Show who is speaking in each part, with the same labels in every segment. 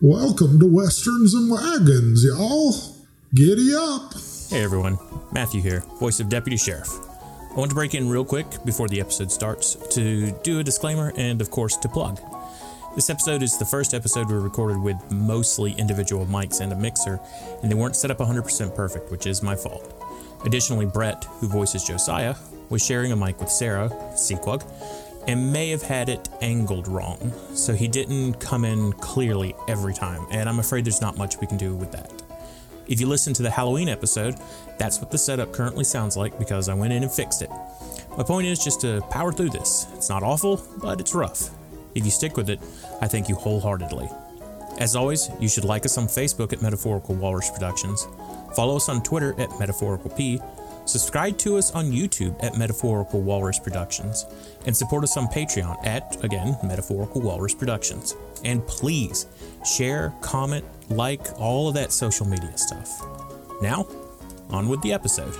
Speaker 1: Welcome to Westerns and Wagons, y'all. Giddy up.
Speaker 2: Hey everyone, Matthew here, voice of Deputy Sheriff. I want to break in real quick before the episode starts to do a disclaimer and, of course, to plug. This episode is the first episode we recorded with mostly individual mics and a mixer, and they weren't set up 100% perfect, which is my fault. Additionally, Brett, who voices Josiah, was sharing a mic with Sarah, Sequug, and may have had it angled wrong, so he didn't come in clearly every time, and I'm afraid there's not much we can do with that. If you listen to the Halloween episode, that's what the setup currently sounds like because I went in and fixed it. My point is just to power through this. It's not awful, but it's rough. If you stick with it, I thank you wholeheartedly. As always, you should like us on Facebook at Metaphorical Walrus Productions, follow us on Twitter at Metaphorical P, subscribe to us on YouTube at Metaphorical Walrus Productions, and support us on Patreon at, again, Metaphorical Walrus Productions. And please share, comment, like, all of that social media stuff. Now, on with the episode.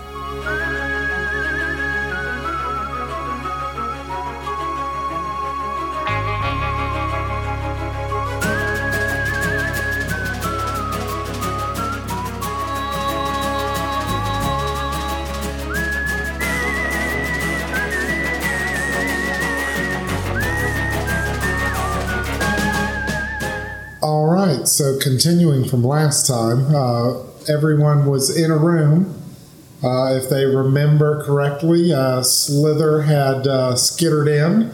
Speaker 1: All right, so continuing from last time, uh, everyone was in a room. Uh, if they remember correctly, uh, Slither had uh, skittered in.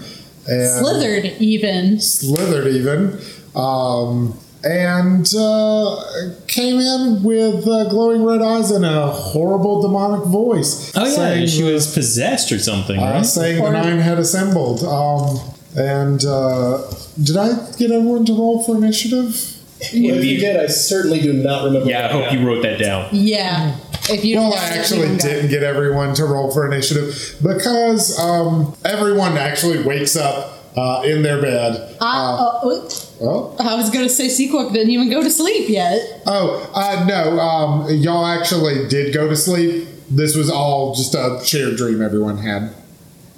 Speaker 1: And
Speaker 3: slithered even.
Speaker 1: slithered even, um, and uh, came in with uh, glowing red eyes and a horrible demonic voice.
Speaker 4: Oh yeah,
Speaker 1: saying,
Speaker 4: she
Speaker 3: uh,
Speaker 4: was possessed or something,
Speaker 1: uh,
Speaker 4: right?
Speaker 1: saying the
Speaker 3: Or-
Speaker 1: nine had assembled. Um, and uh, did I get everyone to roll for initiative?
Speaker 5: If you did, I certainly do not remember.
Speaker 4: yeah, I hope you wrote that down.
Speaker 3: Yeah. If you
Speaker 1: Well,
Speaker 3: don't
Speaker 1: I
Speaker 3: know,
Speaker 1: actually
Speaker 3: you don't
Speaker 1: didn't get everyone to roll for initiative because um, everyone actually wakes up uh, in their bed.
Speaker 3: Go. I, oh,
Speaker 1: Oh,
Speaker 3: I was gonna say Sequok didn't even go to sleep yet.
Speaker 1: Oh, uh, no. Um, y'all actually did go to sleep. This was all just a shared dream everyone had.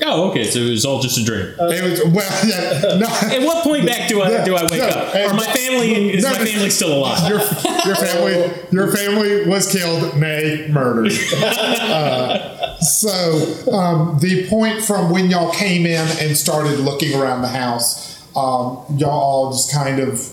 Speaker 4: Oh, okay, so it was all just a dream.
Speaker 3: Uh,
Speaker 1: It was, well, yeah, no,
Speaker 4: At what point back do I do I wake
Speaker 1: no,
Speaker 4: up?
Speaker 1: and-
Speaker 4: Or my family is
Speaker 1: no,
Speaker 4: my family still alive?
Speaker 1: your, your family, your family was killed, nay, murdered. Uh, so um, the point from when y'all came in and started looking around the house, um, y'all all just kind of.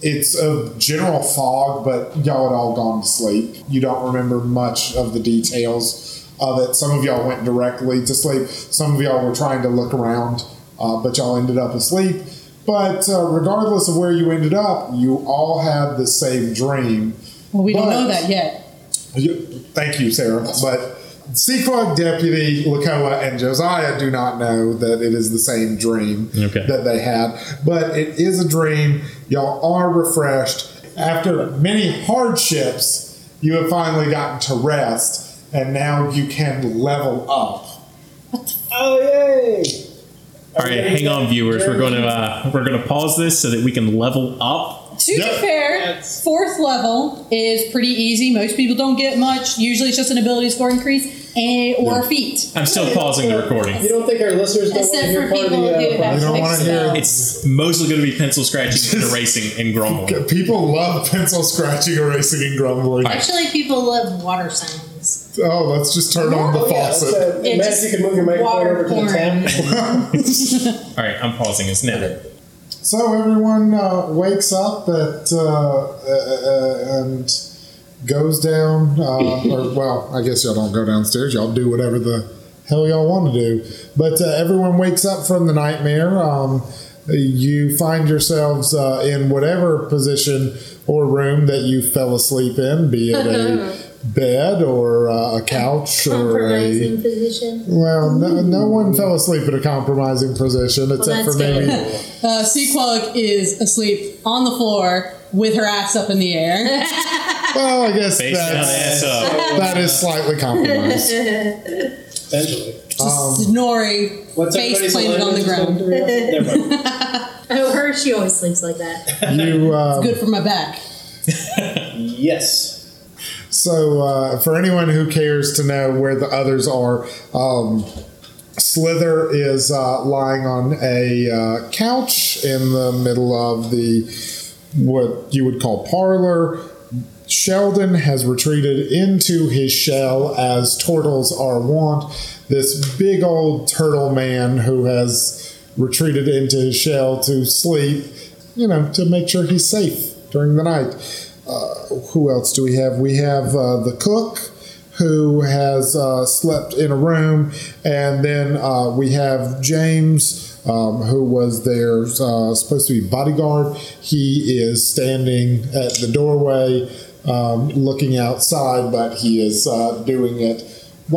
Speaker 1: It's a general fog, but y'all had all gone to sleep. You don't remember much of the details of it. Some of y'all went directly to sleep. Some of y'all were trying to look around, uh, but y'all ended up asleep. But uh, regardless of where you ended up, you all had the same dream.
Speaker 3: Well, we don't
Speaker 1: But-
Speaker 3: know that yet.
Speaker 1: you- Thank you, Sarah. But Sequog Deputy Lakoa and Josiah do not know that it is the same dream
Speaker 4: Okay.
Speaker 1: that they had. But it is a dream. Y'all are refreshed. After many hardships, you have finally gotten to rest, and now you can level up.
Speaker 5: Oh yay!
Speaker 4: All right, hang on, viewers. We're going to uh, we're going to pause this so that we can level up.
Speaker 3: To
Speaker 1: Yep.
Speaker 3: be fair,
Speaker 5: That's-
Speaker 3: fourth level is pretty easy. Most people don't get much. Usually, it's just an ability score increase and, or feet.
Speaker 4: I'm still pausing the recording.
Speaker 5: You don't think our listeners don't want
Speaker 3: Except
Speaker 5: to
Speaker 3: for
Speaker 5: hear part of
Speaker 3: people who
Speaker 5: the? Uh,
Speaker 1: You
Speaker 3: have
Speaker 1: don't wanna hear-
Speaker 3: expelled.
Speaker 4: It's mostly going to be pencil scratching and erasing and grumbling.
Speaker 1: People love pencil scratching, erasing, and grumbling.
Speaker 6: Actually, people love water sounds.
Speaker 1: Oh, let's just turn on the
Speaker 5: oh, yeah,
Speaker 1: faucet.
Speaker 5: so,
Speaker 6: It's
Speaker 5: Matt, you can move your microphone
Speaker 6: water
Speaker 5: over to the
Speaker 6: pouring.
Speaker 5: tap.
Speaker 4: All right, I'm pausing this now.
Speaker 1: So everyone uh, wakes up at uh, uh, uh, and goes down, uh, or well, I guess y'all don't go downstairs. Y'all do whatever the hell y'all want to do. But uh, everyone wakes up from the nightmare. Um, you find yourselves uh, in whatever position or room that you fell asleep in, be it a bed or uh, a couch or a
Speaker 6: Compromising position.
Speaker 1: well, no, no one fell asleep in a compromising position except
Speaker 6: that's
Speaker 1: for maybe.
Speaker 6: good.
Speaker 3: Uh, Sequog is asleep on the floor with her ass up in the air.
Speaker 1: Well, I guess
Speaker 4: Face down,
Speaker 1: that's,
Speaker 4: ass up.
Speaker 1: that is slightly compromised.
Speaker 5: Eventually.
Speaker 3: Um, snoring,
Speaker 5: What's
Speaker 3: face
Speaker 5: everybody's
Speaker 3: planted on the ground.
Speaker 5: ground.
Speaker 6: Oh, her, she always sleeps like that.
Speaker 1: You uh,
Speaker 3: Good for my back.
Speaker 5: yes.
Speaker 1: so uh, for anyone who cares to know where the others are, um, Slither is uh, lying on a uh, couch in the middle of the what you would call parlor. Sheldon has retreated into his shell as turtles are wont. This big old turtle man who has retreated into his shell to sleep, you know, to make sure he's safe during the night. Uh, who else do we have? We have uh, the cook who has uh, slept in a room, and then uh, we have James, um, who was their uh, supposed to be bodyguard. He is standing at the doorway, um, looking outside, but he is uh, doing it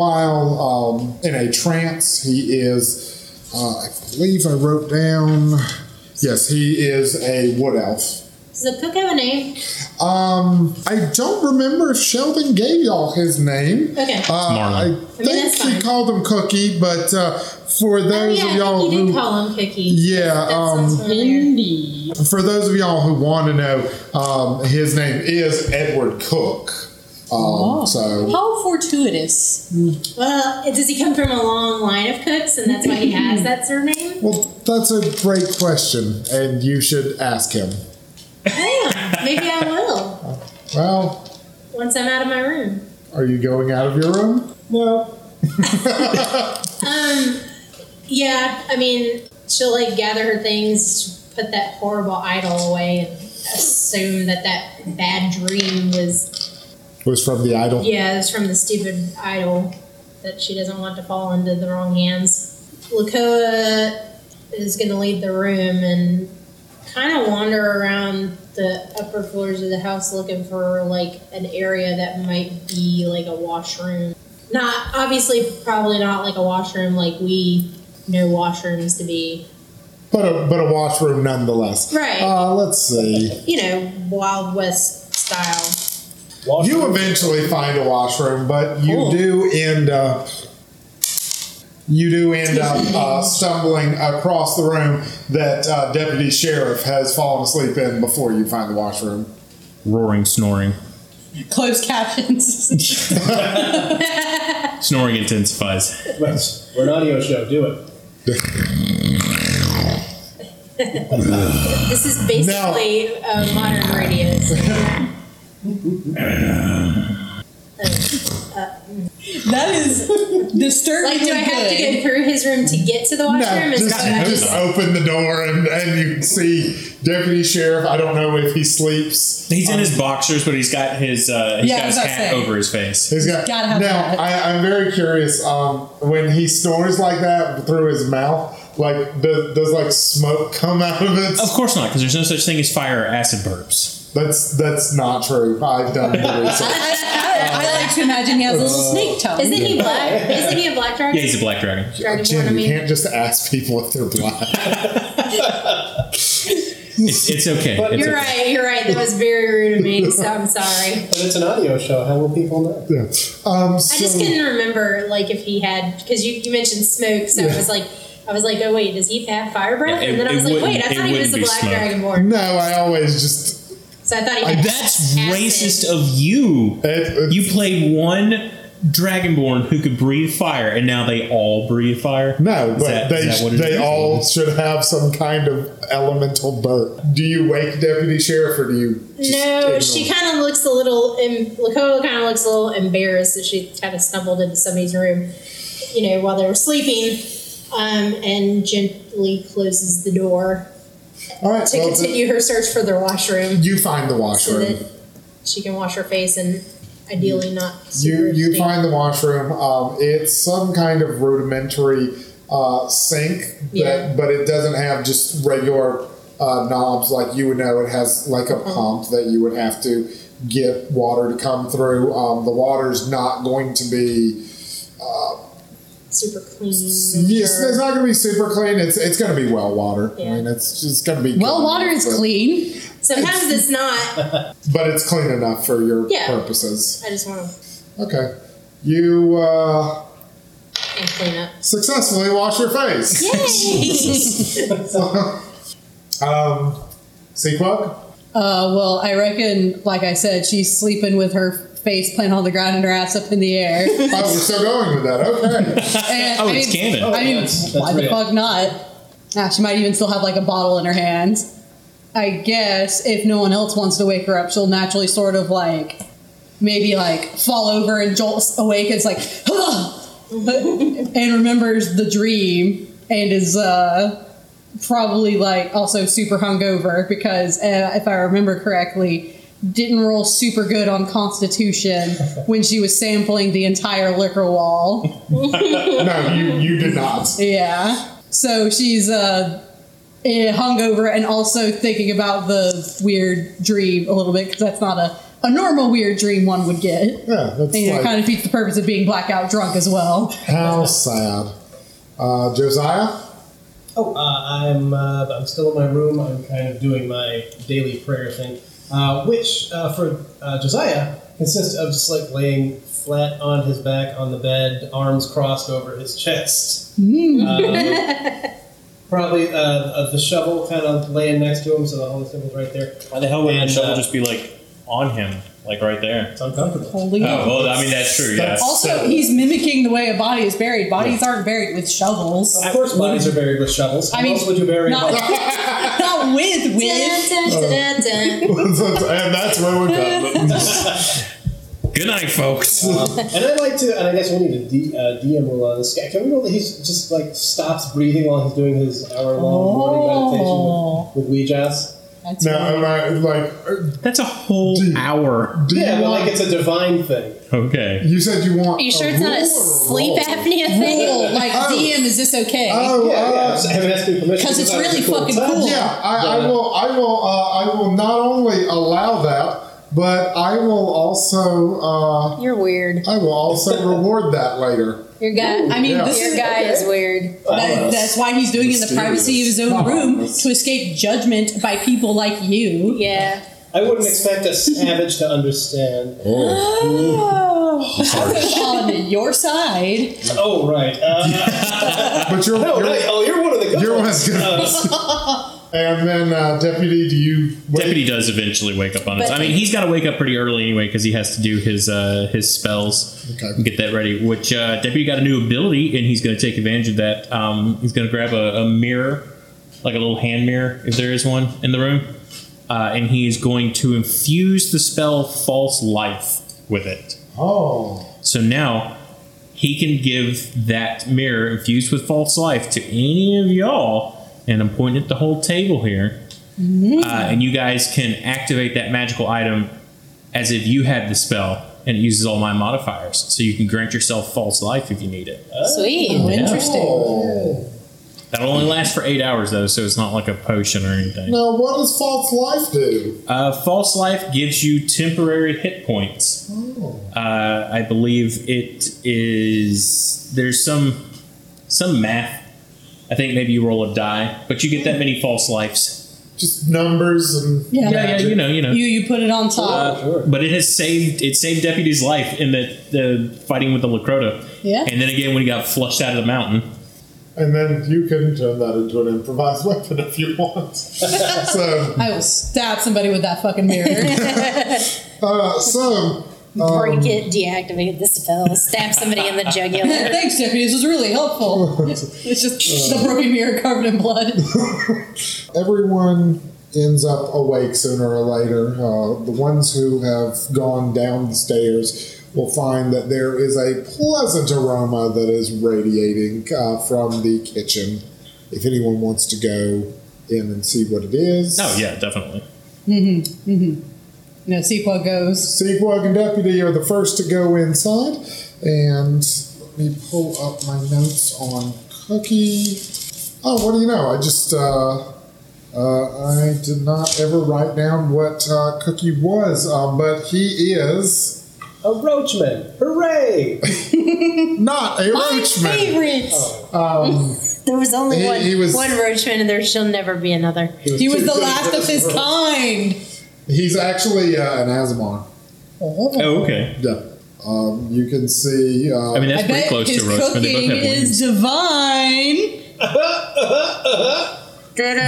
Speaker 1: while um, in a trance. He is, uh, I believe, I wrote down. Yes, he is a wood elf.
Speaker 7: Does the cook have a name?
Speaker 1: Um, I don't remember if Sheldon gave y'all his name.
Speaker 7: Okay.
Speaker 1: Uh, I
Speaker 4: Marlon.
Speaker 7: I mean,
Speaker 1: think
Speaker 7: that's
Speaker 1: he
Speaker 7: fine.
Speaker 1: called him Cookie, but uh, for
Speaker 7: oh,
Speaker 1: those
Speaker 7: yeah,
Speaker 1: of
Speaker 7: I
Speaker 1: y'all
Speaker 7: think you did
Speaker 1: who
Speaker 7: call him Cookie.
Speaker 1: Yeah,
Speaker 7: That sounds
Speaker 1: um,
Speaker 7: familiar.
Speaker 1: for those of y'all who want to know, um, his name is Edward Cook. Um,
Speaker 3: Oh.
Speaker 1: So
Speaker 3: How fortuitous.
Speaker 7: Well, does he come from a long line of cooks, and that's why he has that surname?
Speaker 1: well, that's a great question, and you should ask him.
Speaker 7: Damn, maybe I will
Speaker 1: Well,
Speaker 7: once I'm out of my room.
Speaker 1: are you going out of your room? No.
Speaker 7: Um, yeah, I mean, she'll like gather her things, put that horrible idol away, and assume that that bad dream was
Speaker 1: Was from the idol.
Speaker 7: yeah, it's from the stupid idol that she doesn't want to fall into the wrong hands. Lakoa is going to leave the room and kind of wander around the upper floors of the house looking for like an area that might be like a washroom. Not obviously, probably not like a washroom like we know washrooms to be.
Speaker 1: But a but a washroom nonetheless.
Speaker 7: Right.
Speaker 1: Uh, let's see.
Speaker 7: You know, Wild West style.
Speaker 1: You eventually find a washroom, but you
Speaker 7: Cool.
Speaker 1: do end up you do end up uh, stumbling across the room that uh, deputy sheriff has fallen asleep in before you find the washroom.
Speaker 4: Roaring, snoring.
Speaker 3: Closed captions.
Speaker 4: Snoring intensifies.
Speaker 5: Let's- We're an audio show. Do it.
Speaker 7: This is basically uh, modern radio. so-
Speaker 3: that is disturbing.
Speaker 7: Like, do I have to
Speaker 3: good.
Speaker 7: go through his room to get to the washroom?
Speaker 1: No,
Speaker 7: Is
Speaker 1: just,
Speaker 7: that what I
Speaker 1: just
Speaker 7: just-
Speaker 1: open the door and, and you can see deputy sheriff. I don't know if he sleeps.
Speaker 4: He's in his boxers, but he's got his uh, he's
Speaker 3: Yeah, I
Speaker 4: got
Speaker 3: was
Speaker 4: his
Speaker 3: about to
Speaker 4: hat
Speaker 3: say.
Speaker 4: over his face.
Speaker 1: He's got
Speaker 3: Gotta have
Speaker 1: now.
Speaker 3: that.
Speaker 1: I, I'm very curious. Um, when he snores like that through his mouth, like does, does like smoke come out of it?
Speaker 4: Of course not, because there's no such thing as fire or acid burps.
Speaker 1: That's that's not true. I've done the research.
Speaker 3: I, I like to imagine he has a little snake tongue.
Speaker 7: Isn't he black? Isn't he a black dragon?
Speaker 4: Yeah, he's a black dragon.
Speaker 7: dragon born, I
Speaker 1: Jim, you
Speaker 7: mean.
Speaker 1: can't just ask people if they're black.
Speaker 4: It's, it's okay.
Speaker 5: But
Speaker 4: It's
Speaker 7: You're
Speaker 4: okay.
Speaker 7: right, you're right. That was very rude of me, so I'm sorry.
Speaker 5: But it's an audio show. How will people know?
Speaker 1: Yeah. um, so,
Speaker 7: I just couldn't remember, like, if he had, because you, you mentioned smoke, so it was like, I was like, oh, wait, does he have fire breath?
Speaker 4: Yeah, it-
Speaker 7: and then I was
Speaker 4: it
Speaker 7: like,
Speaker 4: wouldn't-
Speaker 7: wait, I
Speaker 4: it
Speaker 7: thought he
Speaker 4: wouldn't
Speaker 7: was a
Speaker 4: be
Speaker 7: black
Speaker 4: smoke.
Speaker 7: dragon born.
Speaker 1: no, I always just
Speaker 7: So I thought he had
Speaker 4: That's
Speaker 7: acid.
Speaker 4: racist of you.
Speaker 1: it,
Speaker 4: You played one dragonborn who could breathe fire, and now they all breathe fire.
Speaker 1: no,
Speaker 4: Is
Speaker 1: but
Speaker 4: that-
Speaker 1: they
Speaker 4: is that what it
Speaker 1: they
Speaker 4: is?
Speaker 1: all should have some kind of elemental birth. Do you wake deputy sheriff or do you? just
Speaker 7: No,
Speaker 1: ignore
Speaker 7: she
Speaker 1: him?
Speaker 7: kind of looks a little. Em- Lakoa kind of looks a little embarrassed that she kind of stumbled into somebody's room, you know, while they were sleeping, um, and gently closes the door
Speaker 1: All right,
Speaker 7: to
Speaker 1: well,
Speaker 7: continue her search for their washroom,
Speaker 1: you find the
Speaker 7: so
Speaker 1: washroom.
Speaker 7: that she can wash her face and ideally not.
Speaker 1: you
Speaker 7: super
Speaker 1: you
Speaker 7: stink.
Speaker 1: find the washroom. Um, it's some kind of rudimentary uh, sink,
Speaker 7: Yeah.
Speaker 1: that, but it doesn't have just regular uh, knobs like you would know. It has like a
Speaker 3: Mm-hmm.
Speaker 1: pump that you would have to get water to come through. Um, the water's not going to be
Speaker 7: super clean. I'm
Speaker 1: yes,
Speaker 7: sure.
Speaker 1: it's not going to be super clean. It's it's going to be well water. I
Speaker 7: Yeah.
Speaker 1: mean, it's just going to be
Speaker 3: well,
Speaker 1: good
Speaker 3: water
Speaker 1: enough
Speaker 3: is
Speaker 1: for-
Speaker 3: clean.
Speaker 7: Sometimes it's not.
Speaker 1: but it's clean enough for your
Speaker 7: Yeah.
Speaker 1: purposes.
Speaker 7: I just want to
Speaker 1: Okay, you uh,
Speaker 7: clean up.
Speaker 1: successfully wash your face.
Speaker 7: Yay!
Speaker 1: Um, Sequog?
Speaker 3: Uh, well, I reckon, like I said, she's sleeping with her face planted on the ground and her ass up in the air. And,
Speaker 1: Oh, we're still going with that. Okay.
Speaker 4: Oh,
Speaker 3: I
Speaker 4: it's
Speaker 3: mean,
Speaker 4: canon.
Speaker 3: I mean,
Speaker 5: That's- that's
Speaker 3: why the
Speaker 5: real.
Speaker 3: fuck not? Ah, she might even still have like a bottle in her hand. I guess if no one else wants to wake her up, she'll naturally sort of like maybe like fall over and jolts awake. It's like and remembers the dream and is uh, probably like also super hungover because uh, if I remember correctly, didn't roll super good on Constitution when she was sampling the entire liquor wall.
Speaker 1: No, you you did not.
Speaker 3: Yeah, so she's uh, eh, hungover and also thinking about the weird dream a little bit because that's not a a normal weird dream one would get.
Speaker 1: Yeah, that's
Speaker 3: You know,
Speaker 1: like
Speaker 3: kind of defeats the purpose of being blackout drunk as well.
Speaker 1: how sad. Uh, Josiah,
Speaker 5: Oh, uh, I'm uh, I'm still in my room. I'm kind of doing my daily prayer thing, uh, which uh, for uh, Josiah consists of just like laying flat on his back on the bed, arms crossed over his chest.
Speaker 3: Mm.
Speaker 5: Um, probably uh, uh, the shovel kind of laying next to him, so the holy symbol's right there.
Speaker 4: Why the hell wouldn't
Speaker 5: And,
Speaker 4: the shovel
Speaker 5: uh,
Speaker 4: just be like on him, like right there?
Speaker 5: It's uncomfortable.
Speaker 3: Holy
Speaker 4: Oh well, I mean that's true. Yeah.
Speaker 1: That's-
Speaker 3: Also,
Speaker 1: So-
Speaker 3: he's mimicking the way a body is buried. Bodies aren't buried with shovels.
Speaker 5: Of course, bodies are buried with shovels.
Speaker 3: I mean,
Speaker 5: How else would you bury? a
Speaker 3: Not,
Speaker 5: body?
Speaker 3: not with, with.
Speaker 6: Dun, dun, dun, dun, dun.
Speaker 1: and that's where we go.
Speaker 4: Good night, folks.
Speaker 5: And I'd like to, and I guess we need a D, uh, DM rule on this guy. Can we roll that he's just like stops breathing while he's doing his hour long
Speaker 3: Oh.
Speaker 5: morning meditation with, with Ouijas?
Speaker 3: That's
Speaker 1: Now, am
Speaker 3: right.
Speaker 1: I like uh,
Speaker 4: That's a whole hour.
Speaker 1: do
Speaker 5: Yeah,
Speaker 1: you
Speaker 5: but
Speaker 1: want,
Speaker 5: like it's a divine thing.
Speaker 4: Okay.
Speaker 1: you said you want
Speaker 6: Are you sure
Speaker 1: a
Speaker 6: it's not a
Speaker 1: rule or
Speaker 6: sleep
Speaker 1: roll?
Speaker 6: apnea thing?
Speaker 3: Cool. Like,
Speaker 1: Oh.
Speaker 3: DM, is this okay?
Speaker 1: Oh,
Speaker 5: Yeah,
Speaker 1: uh,
Speaker 5: yeah. I just haven't asked you permission
Speaker 3: 'Cause it's
Speaker 5: I was
Speaker 3: really
Speaker 5: cool
Speaker 3: fucking
Speaker 5: with that.
Speaker 3: cool.
Speaker 1: Yeah, I, I
Speaker 5: Yeah.
Speaker 1: will. I will. Uh, I will not only allow that, but I will also. Uh,
Speaker 7: You're weird.
Speaker 1: I will also reward that later.
Speaker 7: Your guy.
Speaker 3: I mean,
Speaker 1: Yeah.
Speaker 3: this
Speaker 7: Your
Speaker 3: is
Speaker 7: guy is weird.
Speaker 3: that, that's why he's doing it in the privacy of his own room
Speaker 1: Mysterious.
Speaker 3: to escape judgment by people like you.
Speaker 7: Yeah.
Speaker 5: I wouldn't expect a savage to understand. Oh.
Speaker 3: On your side,
Speaker 5: Oh, right. Uh,
Speaker 1: But you're.
Speaker 5: no,
Speaker 1: you're
Speaker 5: right. Oh, you're one of the good
Speaker 1: you're one
Speaker 5: ones.
Speaker 1: of the good- And then, uh, deputy, do you wait?
Speaker 4: Deputy does eventually wake up on us.
Speaker 7: But-
Speaker 4: I mean, he's got to wake up pretty early anyway because he has to do his uh, his spells,
Speaker 1: Okay.
Speaker 4: and get that ready. Which uh, deputy got a new ability, and he's going to take advantage of that. Um, he's going to grab a, a mirror, like a little hand mirror, if there is one in the room, uh, and he is going to infuse the spell False Life with it.
Speaker 1: Oh,
Speaker 4: So now he can give that mirror infused with false life to any of y'all, and I'm pointing at the whole table here. Uh, and you guys can activate that magical item as if you had the spell, and it uses all my modifiers. So you can grant yourself false life if you need it.
Speaker 3: Oh.
Speaker 7: Sweet.
Speaker 3: interesting.
Speaker 1: Oh.
Speaker 4: That'll only last for eight hours, though, so it's not like a potion or anything.
Speaker 1: now what does false life do?
Speaker 4: Uh, false life gives you temporary hit points. Uh, I believe it is there's some some math. I think maybe you roll a die, but you get that many false lives.
Speaker 1: Just numbers and
Speaker 3: Yeah.
Speaker 4: Yeah, yeah, you know, you know.
Speaker 3: You you put it on top.
Speaker 5: Oh, sure.
Speaker 4: But it has saved it saved Deputy's life in the, the fighting with the Lacrota.
Speaker 3: Yeah.
Speaker 4: And then again when he got flushed out of the mountain.
Speaker 1: and then you can turn that into an improvised weapon if you want. so,
Speaker 3: I will stab somebody with that fucking mirror.
Speaker 1: uh, so um,
Speaker 7: Break it. Deactivate the spell. Stab somebody in the jugular.
Speaker 3: Thanks, Tiffany. This was really helpful. It's just the broken mirror covered in blood.
Speaker 1: everyone ends up awake sooner or later. Uh, the ones who have gone down the stairs will find that there is a pleasant aroma that is radiating uh, from the kitchen. If anyone wants to go in and see what it is,
Speaker 4: Oh yeah, definitely.
Speaker 3: You know, Sequel goes.
Speaker 1: Seagwug and Deputy are the first to go inside, and let me pull up my notes on Cookie. Oh, what do you know? I just uh, uh, I did not ever write down what uh, Cookie was, um, but he is
Speaker 5: A roachman. Hooray!
Speaker 1: not a
Speaker 7: My
Speaker 1: roachman.
Speaker 7: favorite. there was only
Speaker 1: Um, He-
Speaker 7: one
Speaker 1: he was-
Speaker 7: one roachman, and there shall never be another.
Speaker 3: He was
Speaker 5: too
Speaker 3: the
Speaker 5: good
Speaker 3: last
Speaker 5: for
Speaker 3: of his
Speaker 5: this world.
Speaker 3: kind.
Speaker 1: He's actually uh, an Asmar.
Speaker 4: Oh, okay.
Speaker 1: Yeah. Um, you can see. Uh,
Speaker 4: I mean that's
Speaker 3: I
Speaker 4: pretty
Speaker 3: bet
Speaker 4: close
Speaker 3: his
Speaker 4: to roast, but they both
Speaker 3: cooking
Speaker 4: have wings.
Speaker 3: is divine.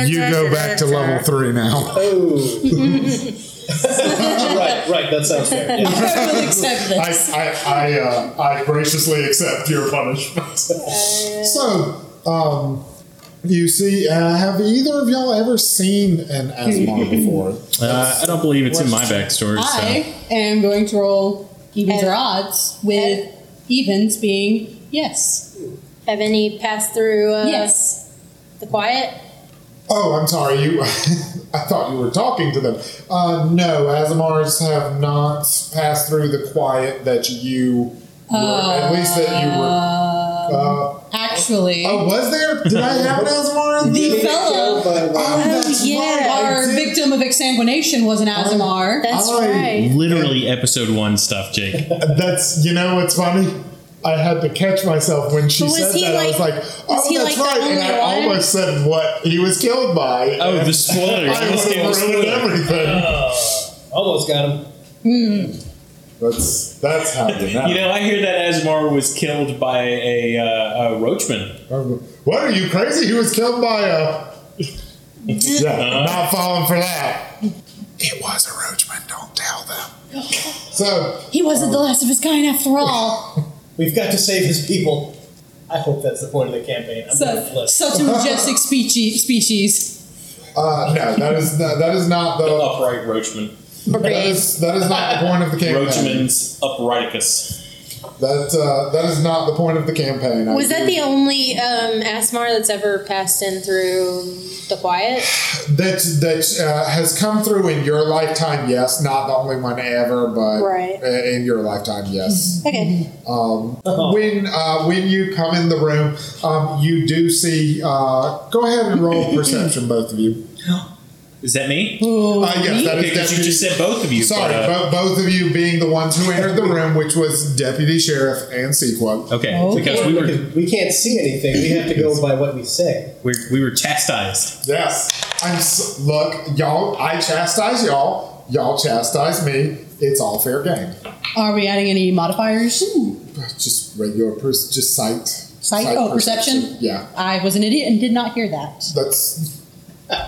Speaker 1: you go back to level three now.
Speaker 5: Oh. right, right. That sounds fair. Yeah.
Speaker 3: I will accept
Speaker 1: I
Speaker 3: this.
Speaker 1: I I, uh, I graciously accept your punishment. so, um, You see, uh, have either of y'all ever seen an Asmar before?
Speaker 4: Uh, I don't believe it's in my backstory. So.
Speaker 3: I am going to roll evens
Speaker 7: Have-
Speaker 3: or odds, with evens being yes.
Speaker 7: Have any passed through uh,
Speaker 3: Yes.
Speaker 7: the quiet?
Speaker 1: Oh, I'm sorry. You, I thought you were talking to them. Uh, no, Asmars have not passed through the quiet that you were, at least that you were. Uh,
Speaker 3: Actually,
Speaker 1: oh, was there? Did I have an Asmar? in
Speaker 3: the
Speaker 1: this?
Speaker 3: fellow,
Speaker 1: Oh, that's
Speaker 7: yeah.
Speaker 1: right, I
Speaker 3: our
Speaker 1: did.
Speaker 3: victim of exsanguination, was an Azamar.
Speaker 7: That's
Speaker 1: I-
Speaker 7: right.
Speaker 4: Literally episode one stuff, Jake.
Speaker 1: That's you know what's funny. I had to catch myself when she
Speaker 7: But was
Speaker 1: said
Speaker 7: he
Speaker 1: that. I was
Speaker 7: like-
Speaker 1: like, "Oh,
Speaker 7: was he
Speaker 1: that's
Speaker 7: like the
Speaker 1: right," and
Speaker 7: only
Speaker 1: I
Speaker 7: one?
Speaker 1: almost said what he was killed by.
Speaker 4: Oh,
Speaker 1: and
Speaker 4: the spoilers.
Speaker 1: I
Speaker 4: Let's
Speaker 1: would
Speaker 4: get the
Speaker 1: have ruined
Speaker 4: spoiler.
Speaker 1: everything.
Speaker 5: Almost got him.
Speaker 1: That's that's how you know.
Speaker 4: You know, I hear that Asmar was killed by a, uh, a roachman.
Speaker 1: What are you crazy? He was killed by a. yeah, I'm not falling for that. It was a roachman. Don't tell them. So
Speaker 3: He wasn't the last of his kind after all.
Speaker 5: We've got to save his people. I hope that's the point of the campaign. I'm
Speaker 3: So,
Speaker 5: gonna flip.
Speaker 3: such a majestic species. species.
Speaker 1: uh, no, that is not, that is not
Speaker 4: The
Speaker 1: the
Speaker 4: upright roachman.
Speaker 1: that is, that is not the point of the campaign.
Speaker 4: Roachman's uprighticus.
Speaker 1: That uh, that is not the point of the campaign. I
Speaker 7: Was that
Speaker 1: do-
Speaker 7: the only um, Asmar that's ever passed in through the quiet?
Speaker 1: that that uh, has come through in your lifetime? Yes, not the only one ever, but
Speaker 7: Right.
Speaker 1: i- in your lifetime, yes.
Speaker 7: Okay.
Speaker 4: Oh.
Speaker 1: When uh, when you come in the room, um, you do see. Uh, go ahead and roll perception, both of you.
Speaker 4: Is that Oh, me?
Speaker 1: Uh, yes, that is
Speaker 4: Because
Speaker 1: deputy.
Speaker 4: you just said both of you.
Speaker 1: Sorry,
Speaker 4: but, uh,
Speaker 1: bo- both of you being the ones who entered the room, which was deputy sheriff and Sequo.
Speaker 4: Okay,
Speaker 3: Oh,
Speaker 4: because we
Speaker 5: we,
Speaker 4: were,
Speaker 5: can't see anything. We have to go by what we say.
Speaker 4: we we were chastised.
Speaker 1: Yes. I'm s- look, y'all. I chastise y'all. Y'all chastise me. It's all fair game.
Speaker 3: Are we adding any modifiers?
Speaker 1: Just regular, per- just sight.
Speaker 3: Sight? Oh, perception?
Speaker 1: Yeah,
Speaker 3: I was an idiot and did not hear that.
Speaker 1: that's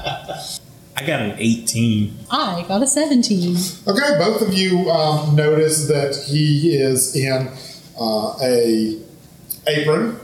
Speaker 4: I got an 18.
Speaker 3: I got a 17.
Speaker 1: okay. Both of you um, notice that he is in uh, a apron.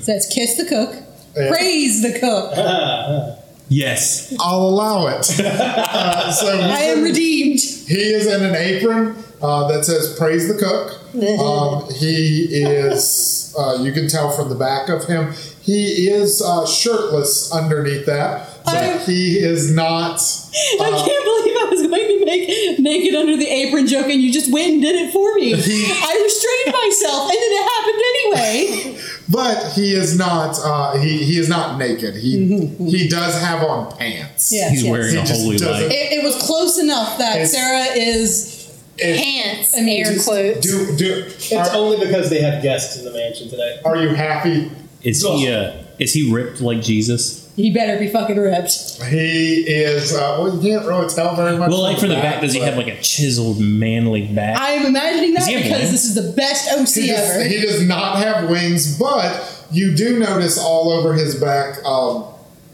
Speaker 3: Says kiss the cook,
Speaker 1: Yeah.
Speaker 3: praise the cook.
Speaker 4: Yes.
Speaker 1: I'll allow it. Uh, so
Speaker 3: I am redeemed.
Speaker 1: He is in an apron uh, that says "Praise the Cook." Um, he is. Uh, you can tell from the back of him. He is uh, shirtless underneath that, but
Speaker 3: I-
Speaker 1: he is not.
Speaker 3: I
Speaker 4: Uh,
Speaker 3: can't believe I was going to make naked under the apron joke and you just went and did it for me. I restrained myself and then it happened anyway.
Speaker 1: But he is not. Uh, he he is not naked. He he does have on pants.
Speaker 3: Yes,
Speaker 4: He's
Speaker 3: yes.
Speaker 4: wearing
Speaker 1: He
Speaker 4: a
Speaker 1: just
Speaker 4: holy
Speaker 1: doesn't-
Speaker 4: light.
Speaker 3: It, it was close enough that
Speaker 1: It's-
Speaker 3: Sarah is.
Speaker 1: If-
Speaker 7: Pants,
Speaker 3: mean,
Speaker 7: air
Speaker 3: just
Speaker 7: quotes.
Speaker 1: do do.
Speaker 5: It's
Speaker 1: Are,
Speaker 5: only because they have guests in the mansion today.
Speaker 1: are you happy?
Speaker 4: Is he, uh, is he ripped like Jesus?
Speaker 3: He better be fucking ripped.
Speaker 1: He is. Uh, well, you can't really tell very much.
Speaker 4: Well, like for
Speaker 1: from
Speaker 4: the back, does he
Speaker 1: but-
Speaker 4: have like a chiseled, manly back?
Speaker 3: I am imagining that
Speaker 4: Does he have
Speaker 3: because
Speaker 4: wings?
Speaker 3: this is the best
Speaker 1: He
Speaker 3: OC
Speaker 1: does,
Speaker 3: ever.
Speaker 1: he does not have wings, but you do notice all over his back um,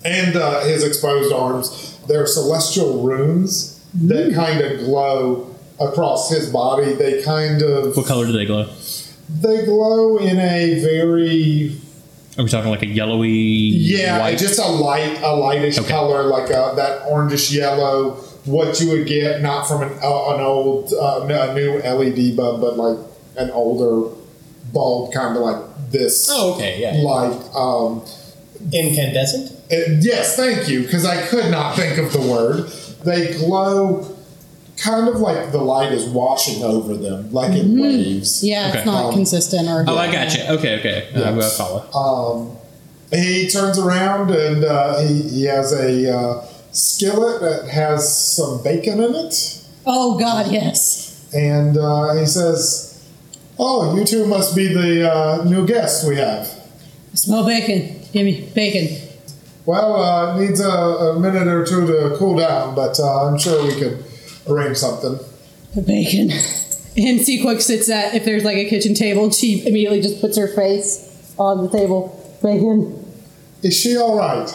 Speaker 1: and uh, his exposed arms, there are celestial runes that kind of glow across his body. They kind of
Speaker 4: what color do they glow?
Speaker 1: they glow in a very
Speaker 4: Are we talking like a yellowy?
Speaker 1: yeah,
Speaker 4: white?
Speaker 1: just a light a lightish
Speaker 4: Okay.
Speaker 1: color like uh that orangish yellow. What you would get not from an uh, an old uh, n- a new LED bulb, but like an older bulb, kind of like this.
Speaker 4: Oh, okay, yeah.
Speaker 1: like um
Speaker 5: Incandescent?
Speaker 1: it- yes thank you because i could not think of the word they glow kind of like the light is washing over them like
Speaker 4: Mm-hmm.
Speaker 1: in waves
Speaker 3: Yeah,
Speaker 4: Okay.
Speaker 3: it's not
Speaker 1: Um,
Speaker 3: consistent or.
Speaker 4: Oh, I gotcha. Okay, okay. Uh, I'll follow.
Speaker 1: he turns around and uh, he, he has a uh, skillet that has some bacon in it
Speaker 3: Oh God, yes.
Speaker 1: and uh, he says oh you two must be the uh, new guests we have
Speaker 3: Smell bacon. Give me bacon.
Speaker 1: Well, uh, it needs a, a minute or two to cool down, but uh, I'm sure we could arrange something.
Speaker 3: The bacon. And Seaquick sits at if there's like a kitchen table, and she immediately just puts her face on the table. Bacon.
Speaker 1: Is she all right?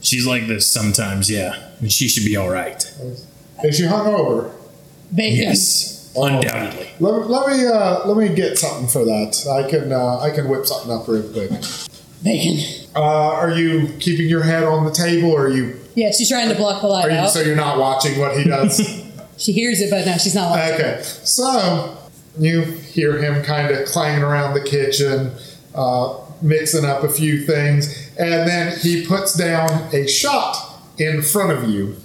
Speaker 4: She's like this sometimes, yeah. And she should be all right.
Speaker 1: Is she hungover?
Speaker 3: Bacon.
Speaker 4: undoubtedly.
Speaker 1: Let, let me uh, let me get something for that. I can uh, I can whip something up real quick.
Speaker 3: Bacon.
Speaker 1: Uh, are you keeping your head on the table, or are you?
Speaker 3: Yeah, she's trying to block the light
Speaker 1: Are you
Speaker 3: out.
Speaker 1: so you're not watching what he does?
Speaker 3: she hears it, but no, she's not. Like,
Speaker 1: Okay, so you hear him kind of clanging around the kitchen, uh, mixing up a few things, and then he puts down a shot in front of you.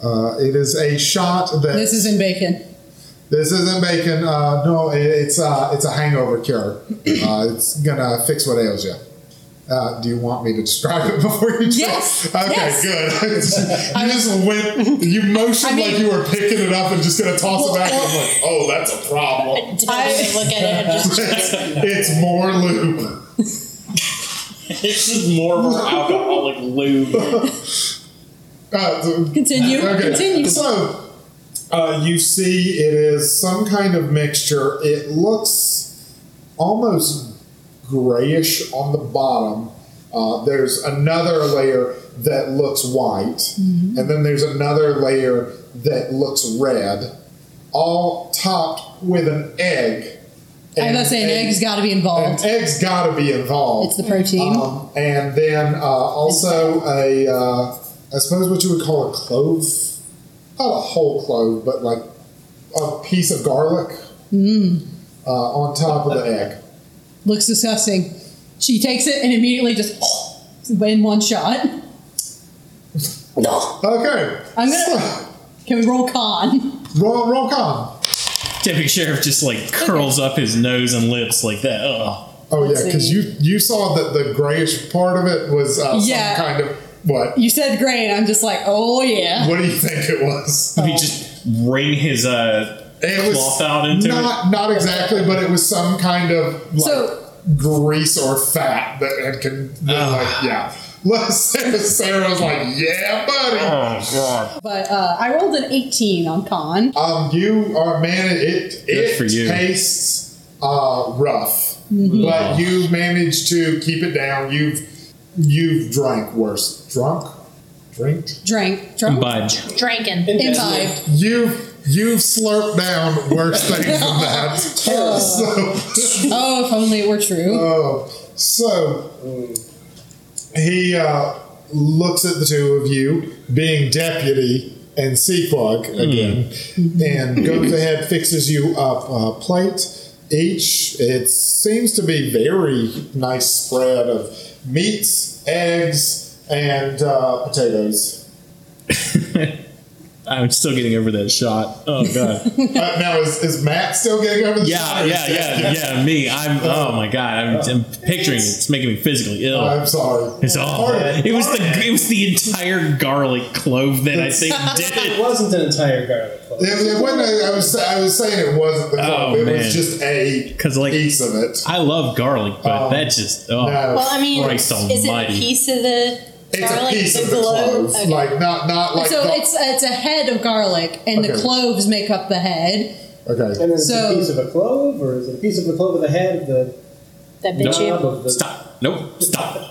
Speaker 1: Uh, it is a shot that
Speaker 3: this isn't bacon.
Speaker 1: this isn't bacon. Uh, no, it, it's uh, it's a hangover cure. Uh, it's gonna fix what ails you. Uh, do you want me to describe it before you? try?
Speaker 3: Yes,
Speaker 1: Okay.
Speaker 3: yes.
Speaker 1: Good. you just went. You motioned
Speaker 3: I mean-
Speaker 1: like you were picking it up and just gonna toss it back. and I'm like, oh, that's a problem.
Speaker 7: Did I
Speaker 3: I-
Speaker 7: look at it and just
Speaker 1: it's more lube.
Speaker 8: It's just more of an alcoholic lube.
Speaker 1: Uh, th-
Speaker 3: Continue. Continue.
Speaker 1: So, uh, you see, it is some kind of mixture. It looks almost grayish on the bottom. Uh, there's another layer that looks white,
Speaker 3: Mm-hmm.
Speaker 1: and then there's another layer that looks red, all topped with an egg.
Speaker 3: I was saying
Speaker 1: egg-
Speaker 3: eggs got to be
Speaker 1: an
Speaker 3: involved.
Speaker 1: egg's got to be involved.
Speaker 3: It's the protein.
Speaker 1: Um, and then uh, also a, uh, I suppose what you would call a clove, not a whole clove, but like a piece of garlic
Speaker 3: Mm.
Speaker 1: uh, on top of the egg.
Speaker 3: Looks disgusting. She takes it and immediately just in one shot.
Speaker 1: Okay,
Speaker 3: I'm gonna. Can we roll con?
Speaker 1: roll, roll con.
Speaker 4: Deputy Sheriff just like curls up his nose and lips like that. Ugh.
Speaker 1: Oh yeah,
Speaker 3: Let's
Speaker 1: because
Speaker 3: see.
Speaker 1: you you saw that the grayish part of it was uh,
Speaker 3: Yeah.
Speaker 1: some kind of what?
Speaker 3: You said grain. I'm just like, oh yeah.
Speaker 1: What do you think it was?
Speaker 4: He just wring his uh
Speaker 1: It was
Speaker 4: Cloth out into
Speaker 1: not not exactly, but it was some kind of like,
Speaker 3: So-
Speaker 1: grease or fat that had con- that, like yeah. Look, Sarah, Sarah was like, "Yeah, buddy."
Speaker 3: But uh, I rolled an 18 on con.
Speaker 1: Um, you are man. It
Speaker 4: Good
Speaker 1: it
Speaker 4: for you.
Speaker 1: tastes uh, rough, but you managed to keep it down. You've you've drank worse. Drunk, drink.
Speaker 3: Drank. Drunk.
Speaker 4: bud.
Speaker 7: drinking.
Speaker 3: Imbibed.
Speaker 1: You've you've slurped down worse things than that. So-
Speaker 3: Oh, if only it were true.
Speaker 1: Oh, so he uh, looks at the two of you, being deputy and Seaquag
Speaker 4: Hmm.
Speaker 1: again, and goes ahead fixes you up a plate each. It seems to be very nice spread of meats, eggs, and uh, potatoes.
Speaker 4: I'm still getting over that shot. Oh god.
Speaker 1: uh, now is, is Matt still getting over the
Speaker 4: Yeah, yeah, yeah, yeah. Me, I'm. Oh my god, I'm, I'm picturing it. It's making me physically ill.
Speaker 1: I'm sorry.
Speaker 4: It's all. It was the it was the entire garlic clove that I think did
Speaker 5: It
Speaker 4: it.
Speaker 5: wasn't an entire garlic clove.
Speaker 1: It, it wasn't. I was. I was saying it wasn't the club.
Speaker 4: Oh,
Speaker 1: it
Speaker 4: man.
Speaker 1: was just a
Speaker 4: 'Cause, like-
Speaker 1: piece of it.
Speaker 4: I love garlic, but
Speaker 1: Um,
Speaker 4: that just oh.
Speaker 1: No,
Speaker 7: Well, I mean,
Speaker 4: Christ
Speaker 7: is it a
Speaker 4: almighty.
Speaker 7: piece of the
Speaker 1: it's a
Speaker 7: garlic?
Speaker 1: piece of
Speaker 7: It's
Speaker 1: the
Speaker 7: lobe?
Speaker 1: clove.
Speaker 7: Okay.
Speaker 1: Like not not like.
Speaker 3: so
Speaker 1: the-
Speaker 3: it's it's a head of garlic, and the
Speaker 1: Okay.
Speaker 3: cloves make up the head.
Speaker 1: okay.
Speaker 5: And then is
Speaker 3: So-
Speaker 5: it a piece of a clove, or is it a piece of the clove of the head, the
Speaker 7: that bitch
Speaker 5: knob
Speaker 7: you
Speaker 5: of the
Speaker 4: Stop. Nope. Stop.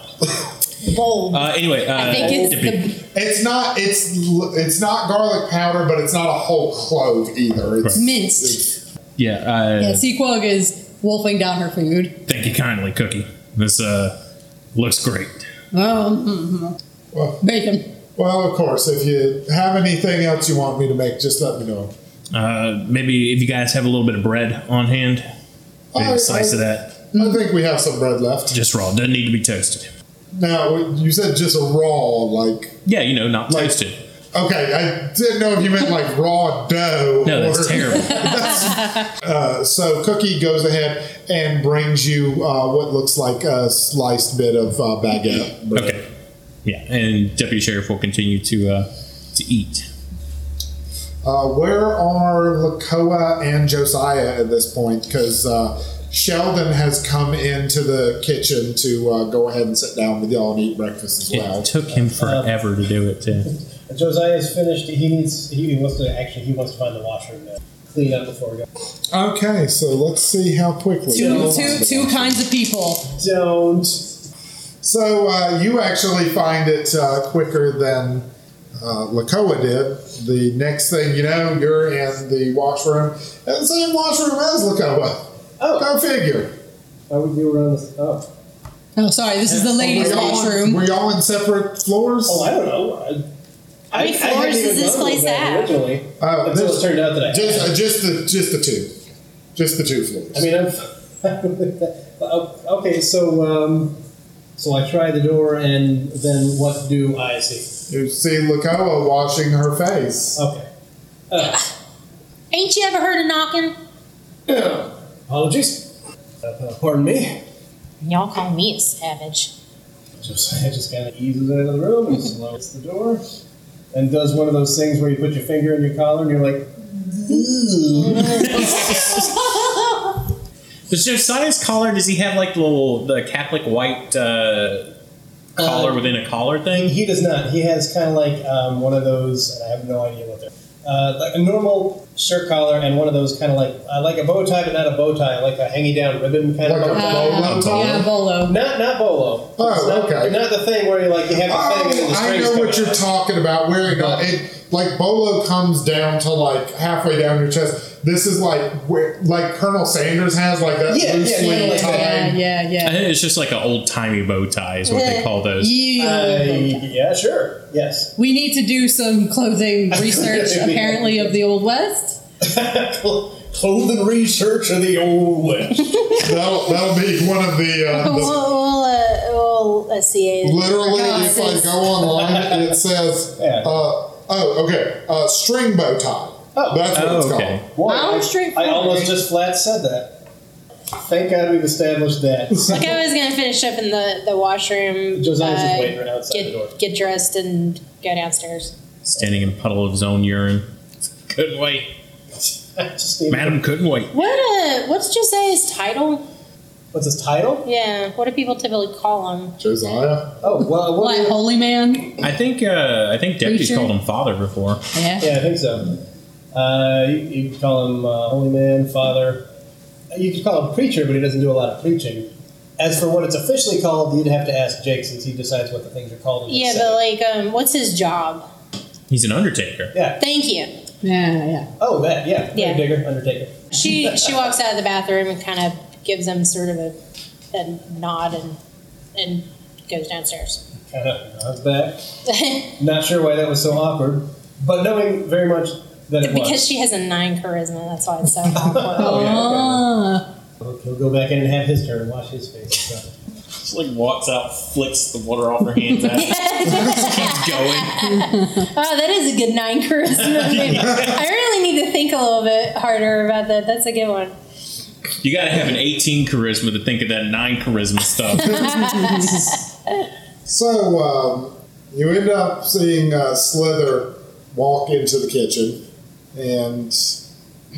Speaker 7: bold.
Speaker 4: Uh, anyway, uh,
Speaker 7: I think it's
Speaker 4: Dippy.
Speaker 7: the
Speaker 1: It's not. It's l- it's not garlic powder, but it's not a whole clove either. It's
Speaker 3: Minced.
Speaker 4: yeah. Uh,
Speaker 3: Yeah, Sequog is wolfing down her food.
Speaker 4: Thank you kindly, Cookie. This uh looks great.
Speaker 3: Oh, mm
Speaker 1: Well-
Speaker 3: bacon.
Speaker 1: well, of course. If you have anything else you want me to make, just let me know.
Speaker 4: Uh, maybe if you guys have a little bit of bread on hand, maybe
Speaker 1: I-
Speaker 4: a slice
Speaker 1: I-
Speaker 4: of that.
Speaker 1: I think we have some bread left.
Speaker 4: Just raw. Doesn't need to be toasted.
Speaker 1: Now you said just a raw, like
Speaker 4: Yeah, you know, not
Speaker 1: Like-
Speaker 4: toasted.
Speaker 1: okay. I didn't know if you meant like raw dough.
Speaker 4: No,
Speaker 1: or,
Speaker 4: that's terrible.
Speaker 1: So Cookie goes ahead and brings you uh, what looks like a sliced bit of uh, baguette. bread.
Speaker 4: Okay. Yeah, and deputy sheriff will continue to uh, to eat.
Speaker 1: Uh, where are Lakoa and Josiah at this point? Because uh, Sheldon has come into the kitchen to uh, go ahead and sit down with y'all and eat breakfast as
Speaker 4: It
Speaker 1: well.
Speaker 4: took him forever to do it. Too.
Speaker 5: Josiah's finished. He needs. He wants to actually. He wants to find the washroom now. Clean up before we go.
Speaker 1: Okay, so let's see how quickly.
Speaker 3: Two, two,
Speaker 1: uh,
Speaker 3: two kinds of people.
Speaker 5: Don't.
Speaker 1: So uh, you actually find it uh, quicker than uh, Lakoa did. The next thing you know, you're in the washroom, and the same washroom as Lakoa.
Speaker 5: Oh,
Speaker 1: Go figure.
Speaker 5: I would you were on this. Oh,
Speaker 3: Oh, sorry. This is the ladies'
Speaker 1: Were y'all,
Speaker 3: washroom.
Speaker 1: were y'all in separate floors?
Speaker 5: Oh, I don't know. I, I,
Speaker 7: many
Speaker 5: I hadn't
Speaker 7: floors
Speaker 5: even
Speaker 7: does this
Speaker 5: known
Speaker 7: place
Speaker 5: that
Speaker 7: have?
Speaker 5: Originally,
Speaker 1: Uh,
Speaker 5: until it
Speaker 1: there's-
Speaker 5: turned out that I.
Speaker 1: Just,
Speaker 5: had.
Speaker 1: uh, just the just the two, just the two floors.
Speaker 5: I mean, I'm. okay, so um, so I try the door, and then what do I see?
Speaker 1: you see Lakoa washing her face.
Speaker 5: Okay. Uh,
Speaker 7: Ain't you ever heard of knocking?
Speaker 5: apologies. Uh, uh, pardon me.
Speaker 7: Y'all call me a savage.
Speaker 5: Just I just kind of eases out of the room and slows the door, and does one of those things where you put your finger in your collar and you're like,
Speaker 4: Does Josiah's collar? Does he have like the little the Catholic white uh, collar
Speaker 5: Uh,
Speaker 4: within a collar
Speaker 5: And
Speaker 4: thing?
Speaker 5: He does not. He has kind of like um, one of those, and I have no idea what they're. Uh, like a normal shirt collar and one of those kind of like uh, like a bow tie, but not a bow tie, like a hanging down ribbon kind
Speaker 1: Like a
Speaker 5: of.
Speaker 1: bolo tie?
Speaker 3: Uh, Yeah, bolo.
Speaker 5: not not bolo.
Speaker 1: Oh,
Speaker 5: It's not,
Speaker 1: okay.
Speaker 5: Not the thing where you like you have the thing
Speaker 1: Oh,
Speaker 5: and then the
Speaker 1: I
Speaker 5: strings
Speaker 1: know
Speaker 5: come
Speaker 1: what you're
Speaker 5: out.
Speaker 1: talking about. Wearing a, it, like bolo comes down to like halfway down your chest. This is like where, like Colonel Sanders has like that
Speaker 5: Yeah,
Speaker 1: loose
Speaker 5: yeah,
Speaker 1: sleeve
Speaker 5: yeah, yeah,
Speaker 1: tie.
Speaker 3: Yeah, yeah,
Speaker 4: I
Speaker 3: yeah.
Speaker 4: think it's just like an old timey bow tie is what they call those.
Speaker 5: Uh,
Speaker 3: Yeah.
Speaker 5: yeah, sure. Yes.
Speaker 3: We need to do some clothing research, apparently, of the Old West.
Speaker 5: Clothing research of the old west.
Speaker 1: That'll that'll be one of the, uh,
Speaker 7: We'll,
Speaker 1: the
Speaker 5: Oh,
Speaker 7: we'll, uh, we'll uh, see it.
Speaker 1: Literally,
Speaker 7: Oh,
Speaker 1: if I
Speaker 7: it's-
Speaker 1: go online, it says,
Speaker 5: Yeah.
Speaker 1: uh, oh, okay, uh, string bow tie.
Speaker 5: Oh.
Speaker 1: That's what
Speaker 4: Oh,
Speaker 1: it's
Speaker 4: okay.
Speaker 1: called.
Speaker 5: Boy,
Speaker 3: I'm
Speaker 5: I-
Speaker 3: straightforward.
Speaker 5: I almost just flat said that. Thank God we've established that.
Speaker 7: Like I was gonna finish up in the, the washroom.
Speaker 5: Josiah's just
Speaker 7: uh,
Speaker 5: waiting right outside the door.
Speaker 7: get, get dressed and go downstairs.
Speaker 4: Standing in a puddle of his own urine. Couldn't wait.
Speaker 5: I just need
Speaker 4: Madam couldn't wait.
Speaker 7: What uh, what's Jose's title?
Speaker 5: What's his title?
Speaker 7: Yeah, what do people typically call him?
Speaker 1: Josiah.
Speaker 5: Oh, well, what
Speaker 3: Like holy man.
Speaker 4: I think uh, I think Deputy
Speaker 3: Preacher?
Speaker 4: called him father before.
Speaker 3: Yeah.
Speaker 5: Yeah, I think so. Uh, you, you could call him uh, holy man, father. You could call him preacher, but he doesn't do a lot of preaching. As for what it's officially called, you'd have to ask Jake since he decides what the things are called. in the
Speaker 7: Yeah,
Speaker 5: Senate.
Speaker 7: but like, um, what's his job?
Speaker 4: He's an undertaker.
Speaker 5: yeah.
Speaker 7: Thank you.
Speaker 3: Yeah, yeah.
Speaker 5: Oh, that. Yeah.
Speaker 7: Yeah.
Speaker 5: Digger, Undertaker.
Speaker 7: She she walks out of the bathroom and kind of gives them sort of a, a nod and and goes downstairs.
Speaker 5: Kind of nods back. Not sure why that was so awkward, but knowing very much that it
Speaker 7: because
Speaker 5: was.
Speaker 7: she has a nine charisma, that's why it's so awkward.
Speaker 5: Oh, yeah.
Speaker 3: Ah,
Speaker 5: Okay. He'll go back in and have his turn and wash his face.
Speaker 8: Just like walks out, flicks the water off her hands. at him.
Speaker 4: Keep going.
Speaker 7: Oh, that is a good nine charisma. maybe. I really need to think a little bit harder about that. That's a good one.
Speaker 4: You gotta have an 18 charisma to think of that 9 charisma stuff.
Speaker 1: So um, you end up seeing uh, Slither walk into the kitchen and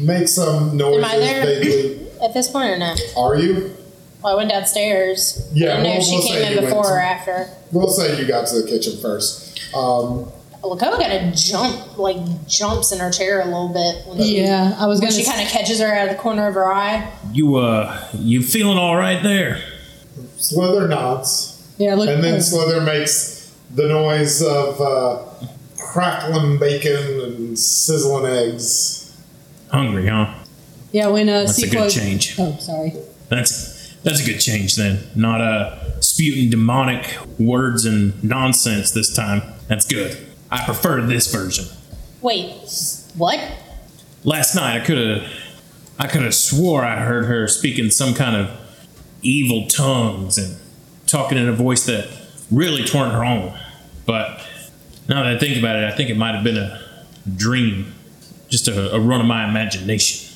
Speaker 1: make some noises.
Speaker 7: I there?
Speaker 1: vaguely.
Speaker 7: At this point, or not?
Speaker 1: Are you?
Speaker 7: Well, I went downstairs.
Speaker 1: Yeah,
Speaker 7: I don't know
Speaker 1: we'll-
Speaker 7: if she
Speaker 1: we'll say
Speaker 7: came
Speaker 1: you
Speaker 7: in
Speaker 1: went
Speaker 7: before
Speaker 1: to-
Speaker 7: or after.
Speaker 1: We'll say you got to the kitchen first. Um,
Speaker 7: Lakoa got to jump, like jumps in her chair a little bit when she,
Speaker 3: yeah. I was
Speaker 7: when
Speaker 3: gonna.
Speaker 7: she
Speaker 3: s-
Speaker 7: kind of catches her out of the corner of her eye.
Speaker 4: you uh you feeling all right there?
Speaker 1: Slither nods,
Speaker 3: yeah, look. uh,
Speaker 1: and then Slither makes the noise of uh, crackling bacon and sizzling eggs.
Speaker 4: Hungry, huh?
Speaker 3: yeah, when uh,
Speaker 4: That's a
Speaker 3: C
Speaker 4: good
Speaker 3: close.
Speaker 4: change.
Speaker 3: Oh, sorry.
Speaker 4: That's that's a good change then. Not uh spewing demonic words and nonsense this time. That's good. I prefer this version.
Speaker 7: Wait, what?
Speaker 4: Last night I could have I could have swore I heard her speaking some kind of evil tongues and talking in a voice that really weren't her own. But now that I think about it, I think it might have been a dream. Just a, a run of my imagination.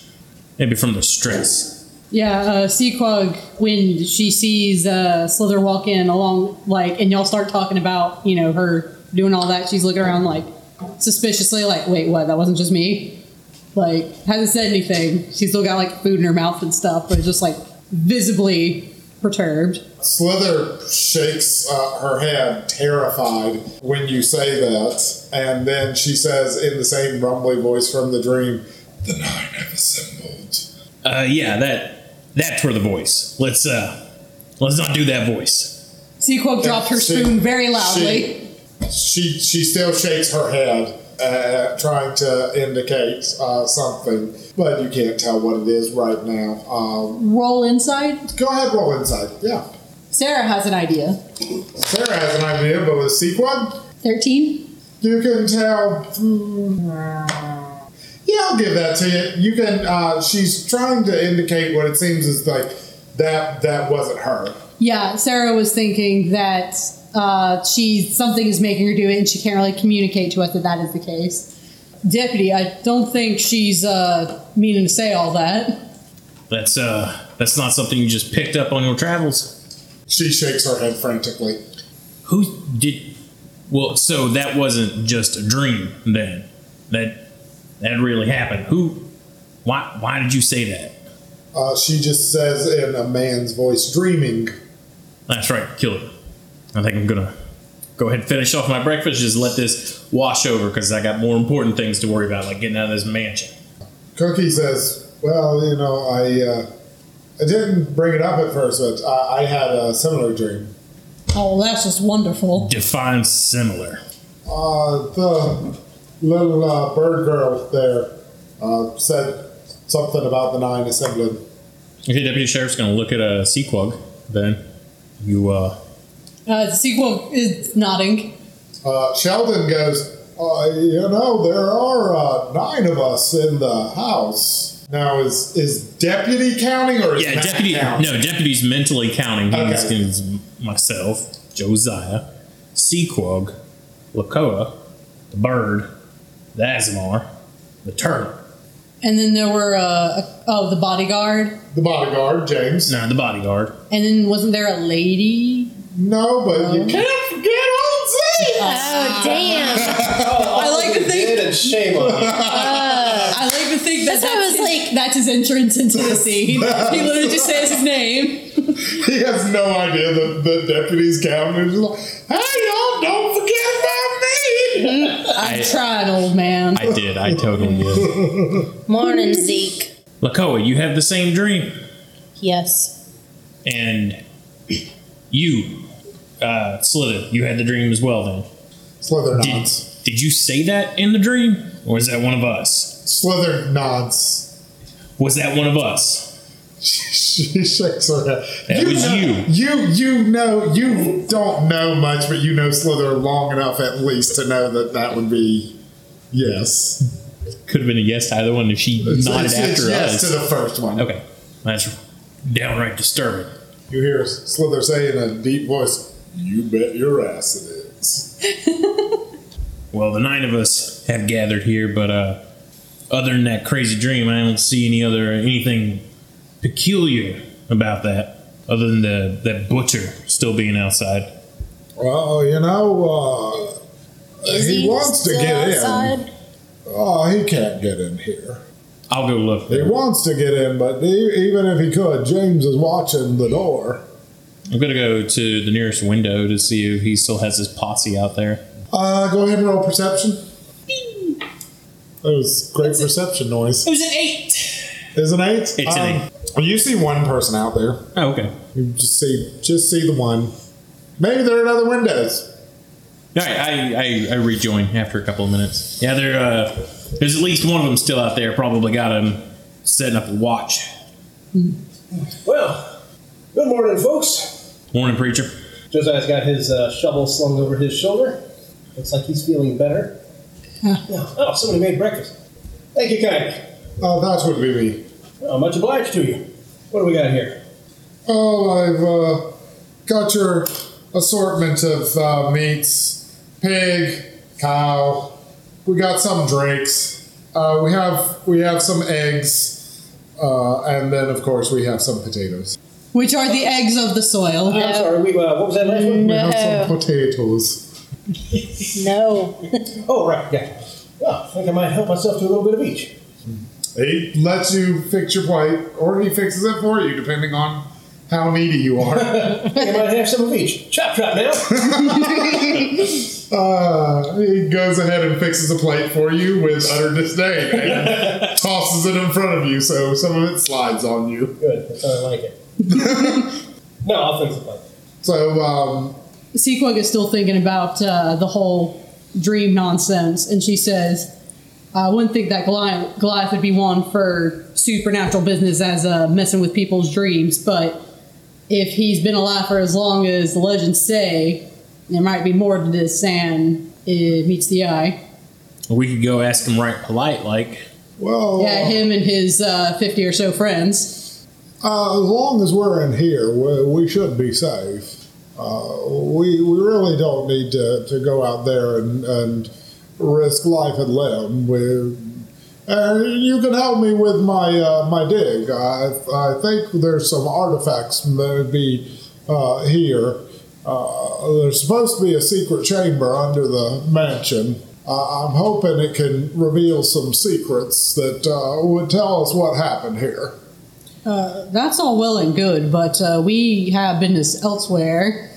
Speaker 4: Maybe from the stress.
Speaker 3: Yeah, uh, Seaquag, when she sees uh, Slither walk in along, like, and y'all start talking about, you know, her doing all that, she's looking around, like, suspiciously, like, wait, what? That wasn't just me? Like, hasn't said anything. She's still got, like, food in her mouth and stuff, but just, like, visibly perturbed.
Speaker 1: Slither shakes uh, her head, terrified, when you say that, and then she says in the same rumbly voice from the dream, "The nine have assembled."
Speaker 4: Uh yeah, that that's where the voice. Let's uh let's not do that voice.
Speaker 3: Seaquag dropped her
Speaker 1: She-
Speaker 3: spoon very loudly.
Speaker 1: She she still shakes her head, uh, trying to indicate uh, something, but you can't tell what it is right now. Um,
Speaker 3: Roll inside.
Speaker 1: go ahead, roll inside. Yeah,
Speaker 3: Sarah has an idea.
Speaker 1: Sarah has an idea, but with Sequin,
Speaker 3: 13?
Speaker 1: you can tell. mm, yeah, I'll give that to you. You can. Uh, she's trying to indicate what it seems is like that. That wasn't her.
Speaker 3: Yeah, Sarah was thinking that uh, she something is making her do it and she can't really communicate to us that that is the case. Deputy, I don't think she's uh, meaning to say all that.
Speaker 4: That's uh, that's not something you just picked up on your travels.
Speaker 1: She shakes her head frantically.
Speaker 4: Who did? Well, so that wasn't just a dream then. That that really happened. Who? Why? Why did you say that?
Speaker 1: Uh, she just says in a man's voice, dreaming.
Speaker 4: That's right, kill it. I think I'm gonna go ahead and finish off my breakfast. Just let this wash over because I got more important things to worry about, like getting out of this mansion.
Speaker 1: Cookie says, "Well, you know, I uh, I didn't bring it up at first, but I, I had a similar dream.
Speaker 3: Oh, that's just wonderful.
Speaker 4: Define similar.
Speaker 1: Uh, the little uh, bird girl there uh, said something about the nine assembling.
Speaker 4: Okay, deputy sheriff's gonna look at a sequog. Then you uh,
Speaker 3: Uh, the sequel is nodding.
Speaker 1: Uh, Sheldon goes, uh, you know, there are uh, nine of us in the house. Now, is is deputy counting or is
Speaker 4: yeah,
Speaker 1: Matt
Speaker 4: deputy.
Speaker 1: counting?
Speaker 4: No, deputy's mentally counting. He's,
Speaker 1: Okay.
Speaker 4: he's myself, Josiah, Sequog, Lakoa, the bird, the Asmar, the turtle.
Speaker 3: And then there were, uh, oh, the bodyguard.
Speaker 1: The bodyguard, James.
Speaker 4: No, the bodyguard.
Speaker 3: And then wasn't there a lady?
Speaker 1: No, but
Speaker 5: Um,
Speaker 1: you can't forget old Z.
Speaker 7: Oh, damn.
Speaker 5: I
Speaker 3: Uh, like to think- uh,
Speaker 5: And shame on you.
Speaker 3: I like to think that
Speaker 7: That's why I was
Speaker 3: his-
Speaker 7: like-
Speaker 3: that's his entrance into the scene. he literally just says his name.
Speaker 1: He has no idea that the deputy's counting. He's like, hey, y'all, don't forget about me.
Speaker 3: I'm trying, old man.
Speaker 4: I did. I totally did.
Speaker 7: Morning, Zeke.
Speaker 4: Lakoa, you have the same dream,
Speaker 7: Yes.
Speaker 4: and you, uh, Slither, you had the dream as well. Then
Speaker 1: Slither
Speaker 4: did,
Speaker 1: nods.
Speaker 4: did you say that in the dream, or is that one of us?
Speaker 1: Slither nods.
Speaker 4: Was that one of us?
Speaker 1: She shakes her head.
Speaker 4: That was
Speaker 1: know,
Speaker 4: you.
Speaker 1: You you know you don't know much, but you know Slither long enough at least to know that that would be yes.
Speaker 4: Could have been a yes to either one if she
Speaker 1: It's-
Speaker 4: nodded
Speaker 1: it's-
Speaker 4: after
Speaker 1: it's
Speaker 4: us.
Speaker 1: yes to the first one.
Speaker 4: Okay, that's downright disturbing.
Speaker 1: You hear Slither say in a deep voice, "You bet your ass it is."
Speaker 4: Well, the nine of us have gathered here, but uh, other than that crazy dream, I don't see any other anything peculiar about that, other than the that butcher still being outside.
Speaker 1: Well, you know, uh,
Speaker 7: Is
Speaker 1: he, wants to
Speaker 7: still
Speaker 1: get in.
Speaker 7: outside?
Speaker 1: Oh, he can't get in here.
Speaker 4: I'll go look.
Speaker 1: He wants to get in, but e- even if he could, James is watching the door.
Speaker 4: I'm gonna go to the nearest window to see if he still has his posse out there.
Speaker 1: Uh, go ahead and roll perception. That was great perception noise.
Speaker 4: It was an eight.
Speaker 1: Is it an eight?
Speaker 4: It's an
Speaker 1: eight. You see one person out there.
Speaker 4: Oh, okay. All
Speaker 1: You just see, just see the one. Maybe there are other windows.
Speaker 4: right, I, I I rejoin after a couple of minutes. Yeah, there uh, there's at least one of them still out there. Probably got him setting up a watch.
Speaker 5: Well, good morning, folks.
Speaker 4: Morning, preacher.
Speaker 5: Josiah's got his uh, shovel slung over his shoulder. Looks like he's feeling better. No. Oh, somebody made breakfast. Thank you, kind.
Speaker 1: Oh, that would be me.
Speaker 5: Oh, much obliged to you. What do we got here?
Speaker 1: Oh, I've uh, got your assortment of uh, meats pig, cow. We got some drakes. Uh, we have we have some eggs, uh, and then of course we have some potatoes.
Speaker 3: Which are the eggs of the soil.
Speaker 5: I'm sorry, we, uh, what was that last one?
Speaker 1: We have some potatoes.
Speaker 7: No.
Speaker 5: Oh, right, yeah. Well, I think I might help myself to a little bit of each.
Speaker 1: He lets you fix your plate, or he fixes it for you, depending on how needy you are.
Speaker 5: I think I might have some of each. Chop, chop now.
Speaker 1: uh, he goes ahead and fixes a plate for you with utter disdain and tosses it in front of you, so some of it slides on you.
Speaker 5: Good, that's how I like it. no, I'll fix it later.
Speaker 1: So, um,
Speaker 3: Sequog is still thinking about uh, the whole dream nonsense, and she says, I wouldn't think that Goliath, Goliath would be one for supernatural business as uh, messing with people's dreams, but if he's been alive for as long as the legends say, there might be more to this than it meets the eye.
Speaker 4: We could go ask him right polite, like,
Speaker 1: Well,
Speaker 3: Yeah, him and his uh, 50 or so friends.
Speaker 1: Uh, as long as we're in here, we, we should be safe. Uh, we, we really don't need to, to go out there and, and risk life and limb. We, and you can help me with my uh, my dig. I, I think there's some artifacts maybe uh, here. Uh, there's supposed to be a secret chamber under the mansion. Uh, I'm hoping it can reveal some secrets that uh, would tell us what happened here.
Speaker 3: Uh, That's all well and good, but uh, we have business elsewhere.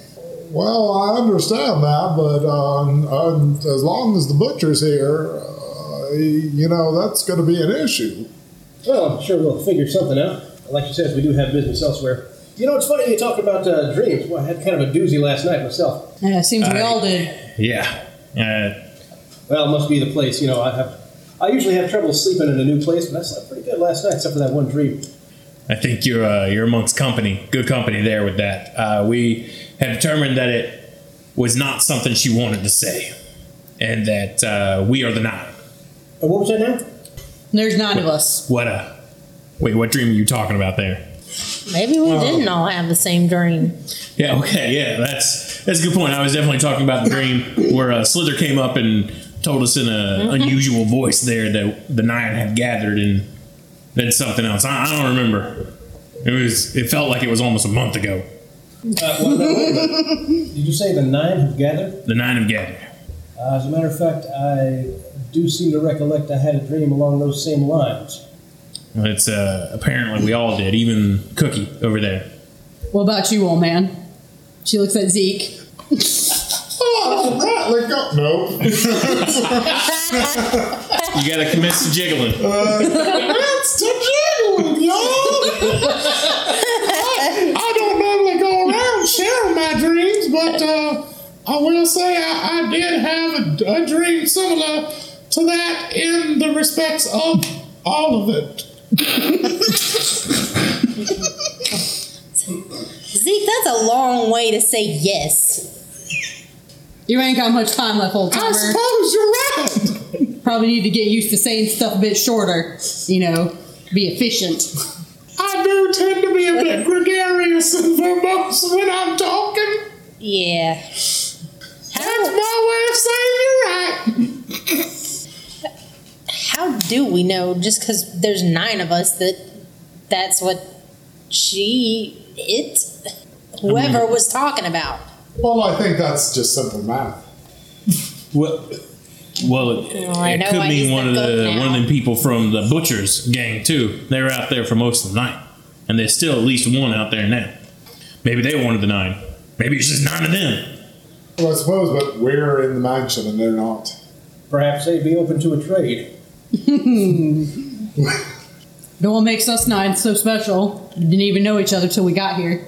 Speaker 1: Well, I understand that, but um, um, as long as the butcher's here, uh, you know, that's going to be an issue.
Speaker 5: Well, I'm sure we'll figure something out. Like you said, we do have business elsewhere. You know, it's funny you talk about uh, dreams. Well, I had kind of a doozy last night myself.
Speaker 3: Uh, seems we all did.
Speaker 4: yeah. Uh,
Speaker 5: Well, it must be the place. You know, I have. I usually have trouble sleeping in a new place, but I slept pretty good last night, except for that one dream.
Speaker 4: I think you're uh, you're amongst company, good company there with that. Uh, we have determined that it was not something she wanted to say, and that uh, we are the nine.
Speaker 5: And Uh, what was that now?
Speaker 3: There's nine of us.
Speaker 4: What uh? Wait, what dream are you talking about there?
Speaker 7: Maybe
Speaker 1: Oh.
Speaker 7: we didn't all have the same dream.
Speaker 4: Yeah, okay, yeah, that's that's a good point. I was definitely talking about the dream where uh, Slither came up and told us in an unusual voice there that the nine had gathered and then something else. I, I don't remember. It was. It felt like it was almost a month ago.
Speaker 5: Uh, well, no, wait a minute. Did you say the nine have gathered?
Speaker 4: The nine have gathered.
Speaker 5: Uh, as a matter of fact, I do seem to recollect I had a dream along those same lines.
Speaker 4: It's uh, apparently we all did, even Cookie over there.
Speaker 3: What about you, old man? She looks at Zeke.
Speaker 1: Oh, right, let go. No.
Speaker 4: You gotta commence to jiggling.
Speaker 1: That's the jiggling, y'all. I, I don't normally go around sharing my dreams, but uh, I will say I, I did have a, a dream similar to that in the respects of all of it.
Speaker 7: Zeke, that's a long way to say yes.
Speaker 3: You ain't got much time left, old
Speaker 1: I
Speaker 3: timer.
Speaker 1: suppose you're right.
Speaker 3: Probably need to get used to saying stuff a bit shorter. You know, be efficient.
Speaker 1: I do tend to be a bit gregarious and verbose when I'm talking.
Speaker 7: Yeah.
Speaker 1: That's
Speaker 7: How,
Speaker 1: my way of saying you're right.
Speaker 7: how do we know just because there's nine of us that that's what she, it, whoever was talking about?
Speaker 1: Well, I think that's just simple math.
Speaker 4: Well, well, it,
Speaker 7: Oh, I
Speaker 4: it
Speaker 7: know
Speaker 4: could
Speaker 7: why
Speaker 4: be
Speaker 7: he's
Speaker 4: one of
Speaker 7: the
Speaker 4: the
Speaker 7: goat now.
Speaker 4: one of the people from the butchers gang too. They were out there for most of the night, and there's still at least one out there now. Maybe they wanted the nine. Maybe it's just nine of them.
Speaker 1: Well, I suppose, but we're in the mansion and they're not.
Speaker 5: Perhaps they'd be open to a trade.
Speaker 3: No one makes us nine so special. Didn't even know each other till we got here.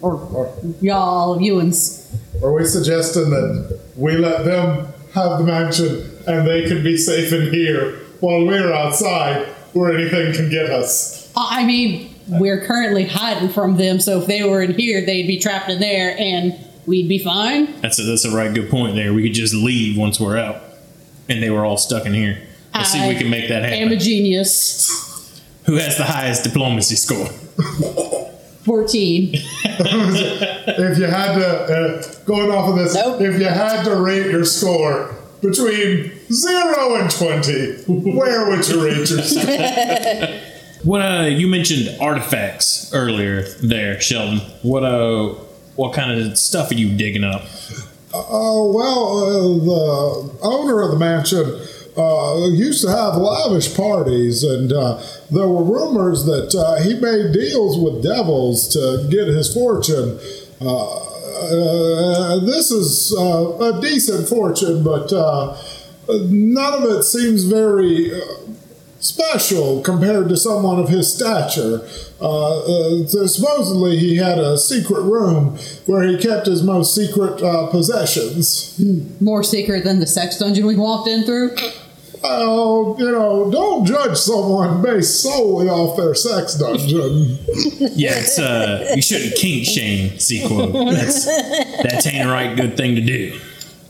Speaker 3: Or, or y'all, Ewans.
Speaker 1: Are we suggesting that we let them have the mansion and they can be safe in here while we're outside where anything can get us?
Speaker 3: I I mean, we're currently hiding from them, so if they were in here, they'd be trapped in there and we'd be fine.
Speaker 4: That's a, that's a right good point there. We could just leave once we're out, and they were all stuck in here. Let's see if
Speaker 3: I
Speaker 4: we
Speaker 7: Uh,
Speaker 4: can make that
Speaker 3: I'm a
Speaker 4: happen.
Speaker 3: genius.
Speaker 4: Who has the highest diplomacy score?
Speaker 3: 14.
Speaker 1: If you had to, uh, going off of this,
Speaker 7: Nope.
Speaker 1: if you had to rate your score between 0 and 20, where would you rate your score?
Speaker 4: What uh, you mentioned artifacts earlier there, Sheldon. What uh, what kind of stuff are you digging up?
Speaker 1: Oh well, uh, the owner of the mansion uh, used to have lavish parties, and uh, there were rumors that uh, he made deals with devils to get his fortune. Uh, uh, this is uh, a decent fortune, but uh, none of it seems very uh, special compared to someone of his stature. Uh, uh, so supposedly, he had a secret room where he kept his most secret uh, possessions.
Speaker 3: More secret than the sex dungeon we walked in through.
Speaker 9: Oh, you know, don't judge someone based solely off their sex dungeon.
Speaker 4: Yeah, it's uh, you shouldn't kink shame. Sequel. That's that ain't a right good thing to do.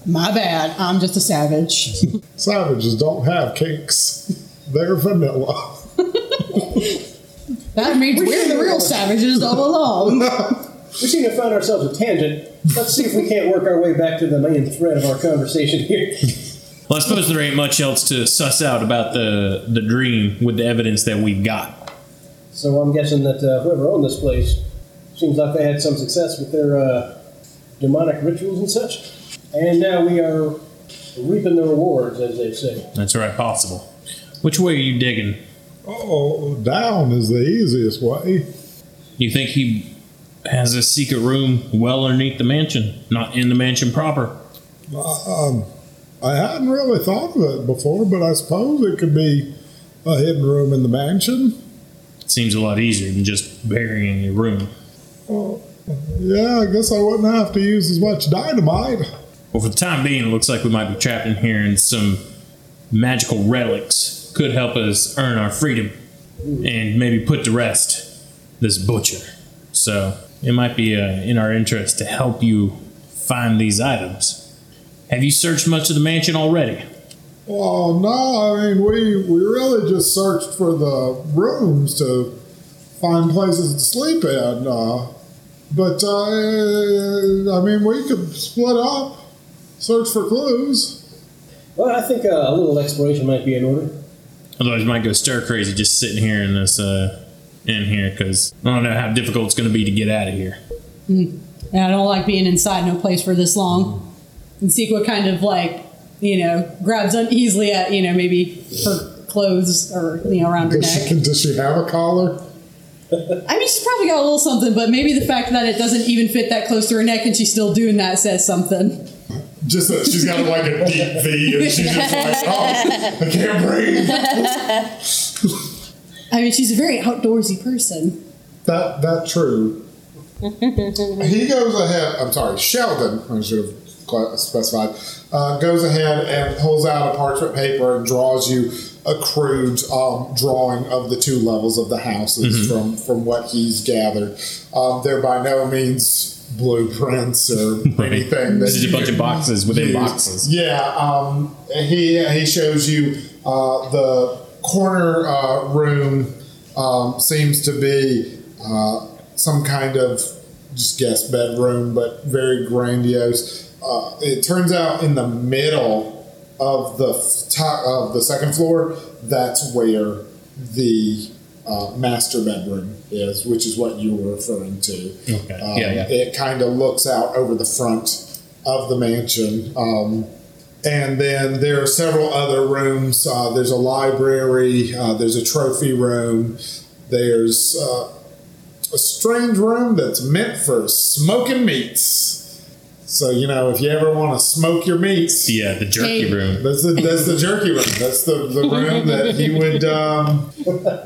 Speaker 3: My bad. I'm just a savage.
Speaker 9: Savages don't have kinks. They're vanilla.
Speaker 3: That means we're the real savages all along.
Speaker 5: We seem to have found ourselves a tangent. Let's see if we can't work our way back to the main thread of our conversation here.
Speaker 4: Well, I suppose there ain't much else to suss out about the the dream with the evidence that we've got.
Speaker 5: So I'm guessing that uh, whoever owned this place seems like they had some success with their uh, demonic rituals and such. And now we are reaping the rewards, as they say.
Speaker 4: That's right, possible. Which way are you digging?
Speaker 9: Oh, down is the easiest way.
Speaker 4: You think he has a secret room well underneath the mansion, not in the mansion proper?
Speaker 9: Um, I hadn't really thought of it before, but I suppose it could be a hidden room in the mansion.
Speaker 4: It seems a lot easier than just burying your room.
Speaker 9: Well, yeah, I guess I wouldn't have to use as much dynamite.
Speaker 4: Well, for the time being, it looks like we might be trapped in here, and some magical relics could help us earn our freedom and maybe put to rest this butcher. So it might be uh, in our interest to help you find these items. Have you searched much of the mansion already?
Speaker 9: Well, Oh, no, I mean we we really just searched for the rooms to find places to sleep in. Uh, but uh, I mean we could split up, search for clues.
Speaker 5: Well, I think uh, a little exploration might be in order.
Speaker 4: Otherwise, you might go stir crazy just sitting here in this uh, in here because I don't know how difficult it's going to be to get out of here.
Speaker 3: And I don't like being inside no place for this long. And Sequa kind of like, you know, grabs uneasily at, you know, maybe her clothes or, you know, around her
Speaker 9: Does she,
Speaker 3: neck.
Speaker 9: does she have a collar?
Speaker 3: I mean, she's probably got a little something, but maybe the fact that it doesn't even fit that close to her neck and she's still doing that says something.
Speaker 9: Just that she's got like a deep V and she's just like, oh, I can't breathe.
Speaker 3: I mean, she's a very outdoorsy person.
Speaker 9: That that true. he goes ahead. I'm sorry, Sheldon. I should have cla- specified. Uh, goes ahead and pulls out a parchment paper and draws you a crude um, drawing of the two levels of the houses
Speaker 4: Mm-hmm.
Speaker 9: from from what he's gathered. Um, they're by no means blueprints or anything.
Speaker 4: This
Speaker 9: that
Speaker 4: is a
Speaker 9: you
Speaker 4: bunch of boxes within
Speaker 9: used.
Speaker 4: boxes.
Speaker 9: Yeah, um, he he shows you uh, the corner uh, room um, seems to be uh, some kind of just guest bedroom, but very grandiose. Uh, it turns out in the middle of the f- top of the second floor, that's where the uh, master bedroom is, which is what you were referring to.
Speaker 4: Okay.
Speaker 9: Um,
Speaker 4: yeah, yeah.
Speaker 9: It kind of looks out over the front of the mansion. Um, and then there are several other rooms. Uh, there's a library, uh, there's a trophy room, there's uh, a strange room that's meant for smoking meats. So, you know, if you ever want to smoke your meats,
Speaker 4: Yeah, the jerky
Speaker 3: Hey.
Speaker 4: room.
Speaker 9: that's the, that's the jerky room. That's the, the room that he would um,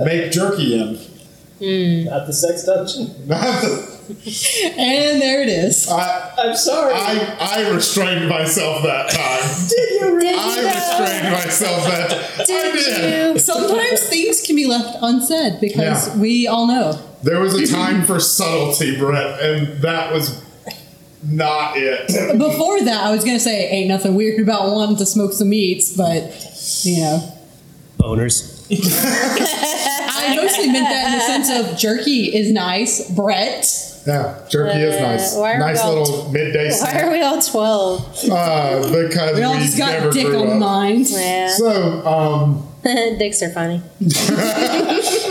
Speaker 9: make jerky in.
Speaker 5: Not the sex dungeon.
Speaker 3: And there it is.
Speaker 9: I,
Speaker 5: I'm sorry.
Speaker 9: I, I restrained myself that time.
Speaker 5: Did you really?
Speaker 9: I restrained myself that I did.
Speaker 7: Did you?
Speaker 3: Sometimes things can be left unsaid because
Speaker 9: Yeah.
Speaker 3: we all know.
Speaker 9: There was a time for subtlety, Brett, and that was not it.
Speaker 3: Before that, I was going to say, ain't nothing weird about wanting to smoke some meats, but, you know.
Speaker 10: Boners.
Speaker 3: I mostly meant that in the sense of jerky is nice, Brett.
Speaker 9: Yeah, jerky is nice.
Speaker 7: Uh, why are
Speaker 9: Nice
Speaker 7: we all-
Speaker 9: little midday
Speaker 7: Why
Speaker 9: snack
Speaker 7: are we all 12?
Speaker 9: uh, because
Speaker 3: We all
Speaker 9: we
Speaker 3: just got
Speaker 9: never
Speaker 3: dick
Speaker 9: grew
Speaker 3: on
Speaker 9: up.
Speaker 3: mind.
Speaker 7: Yeah.
Speaker 9: So, um,
Speaker 7: Dicks are funny.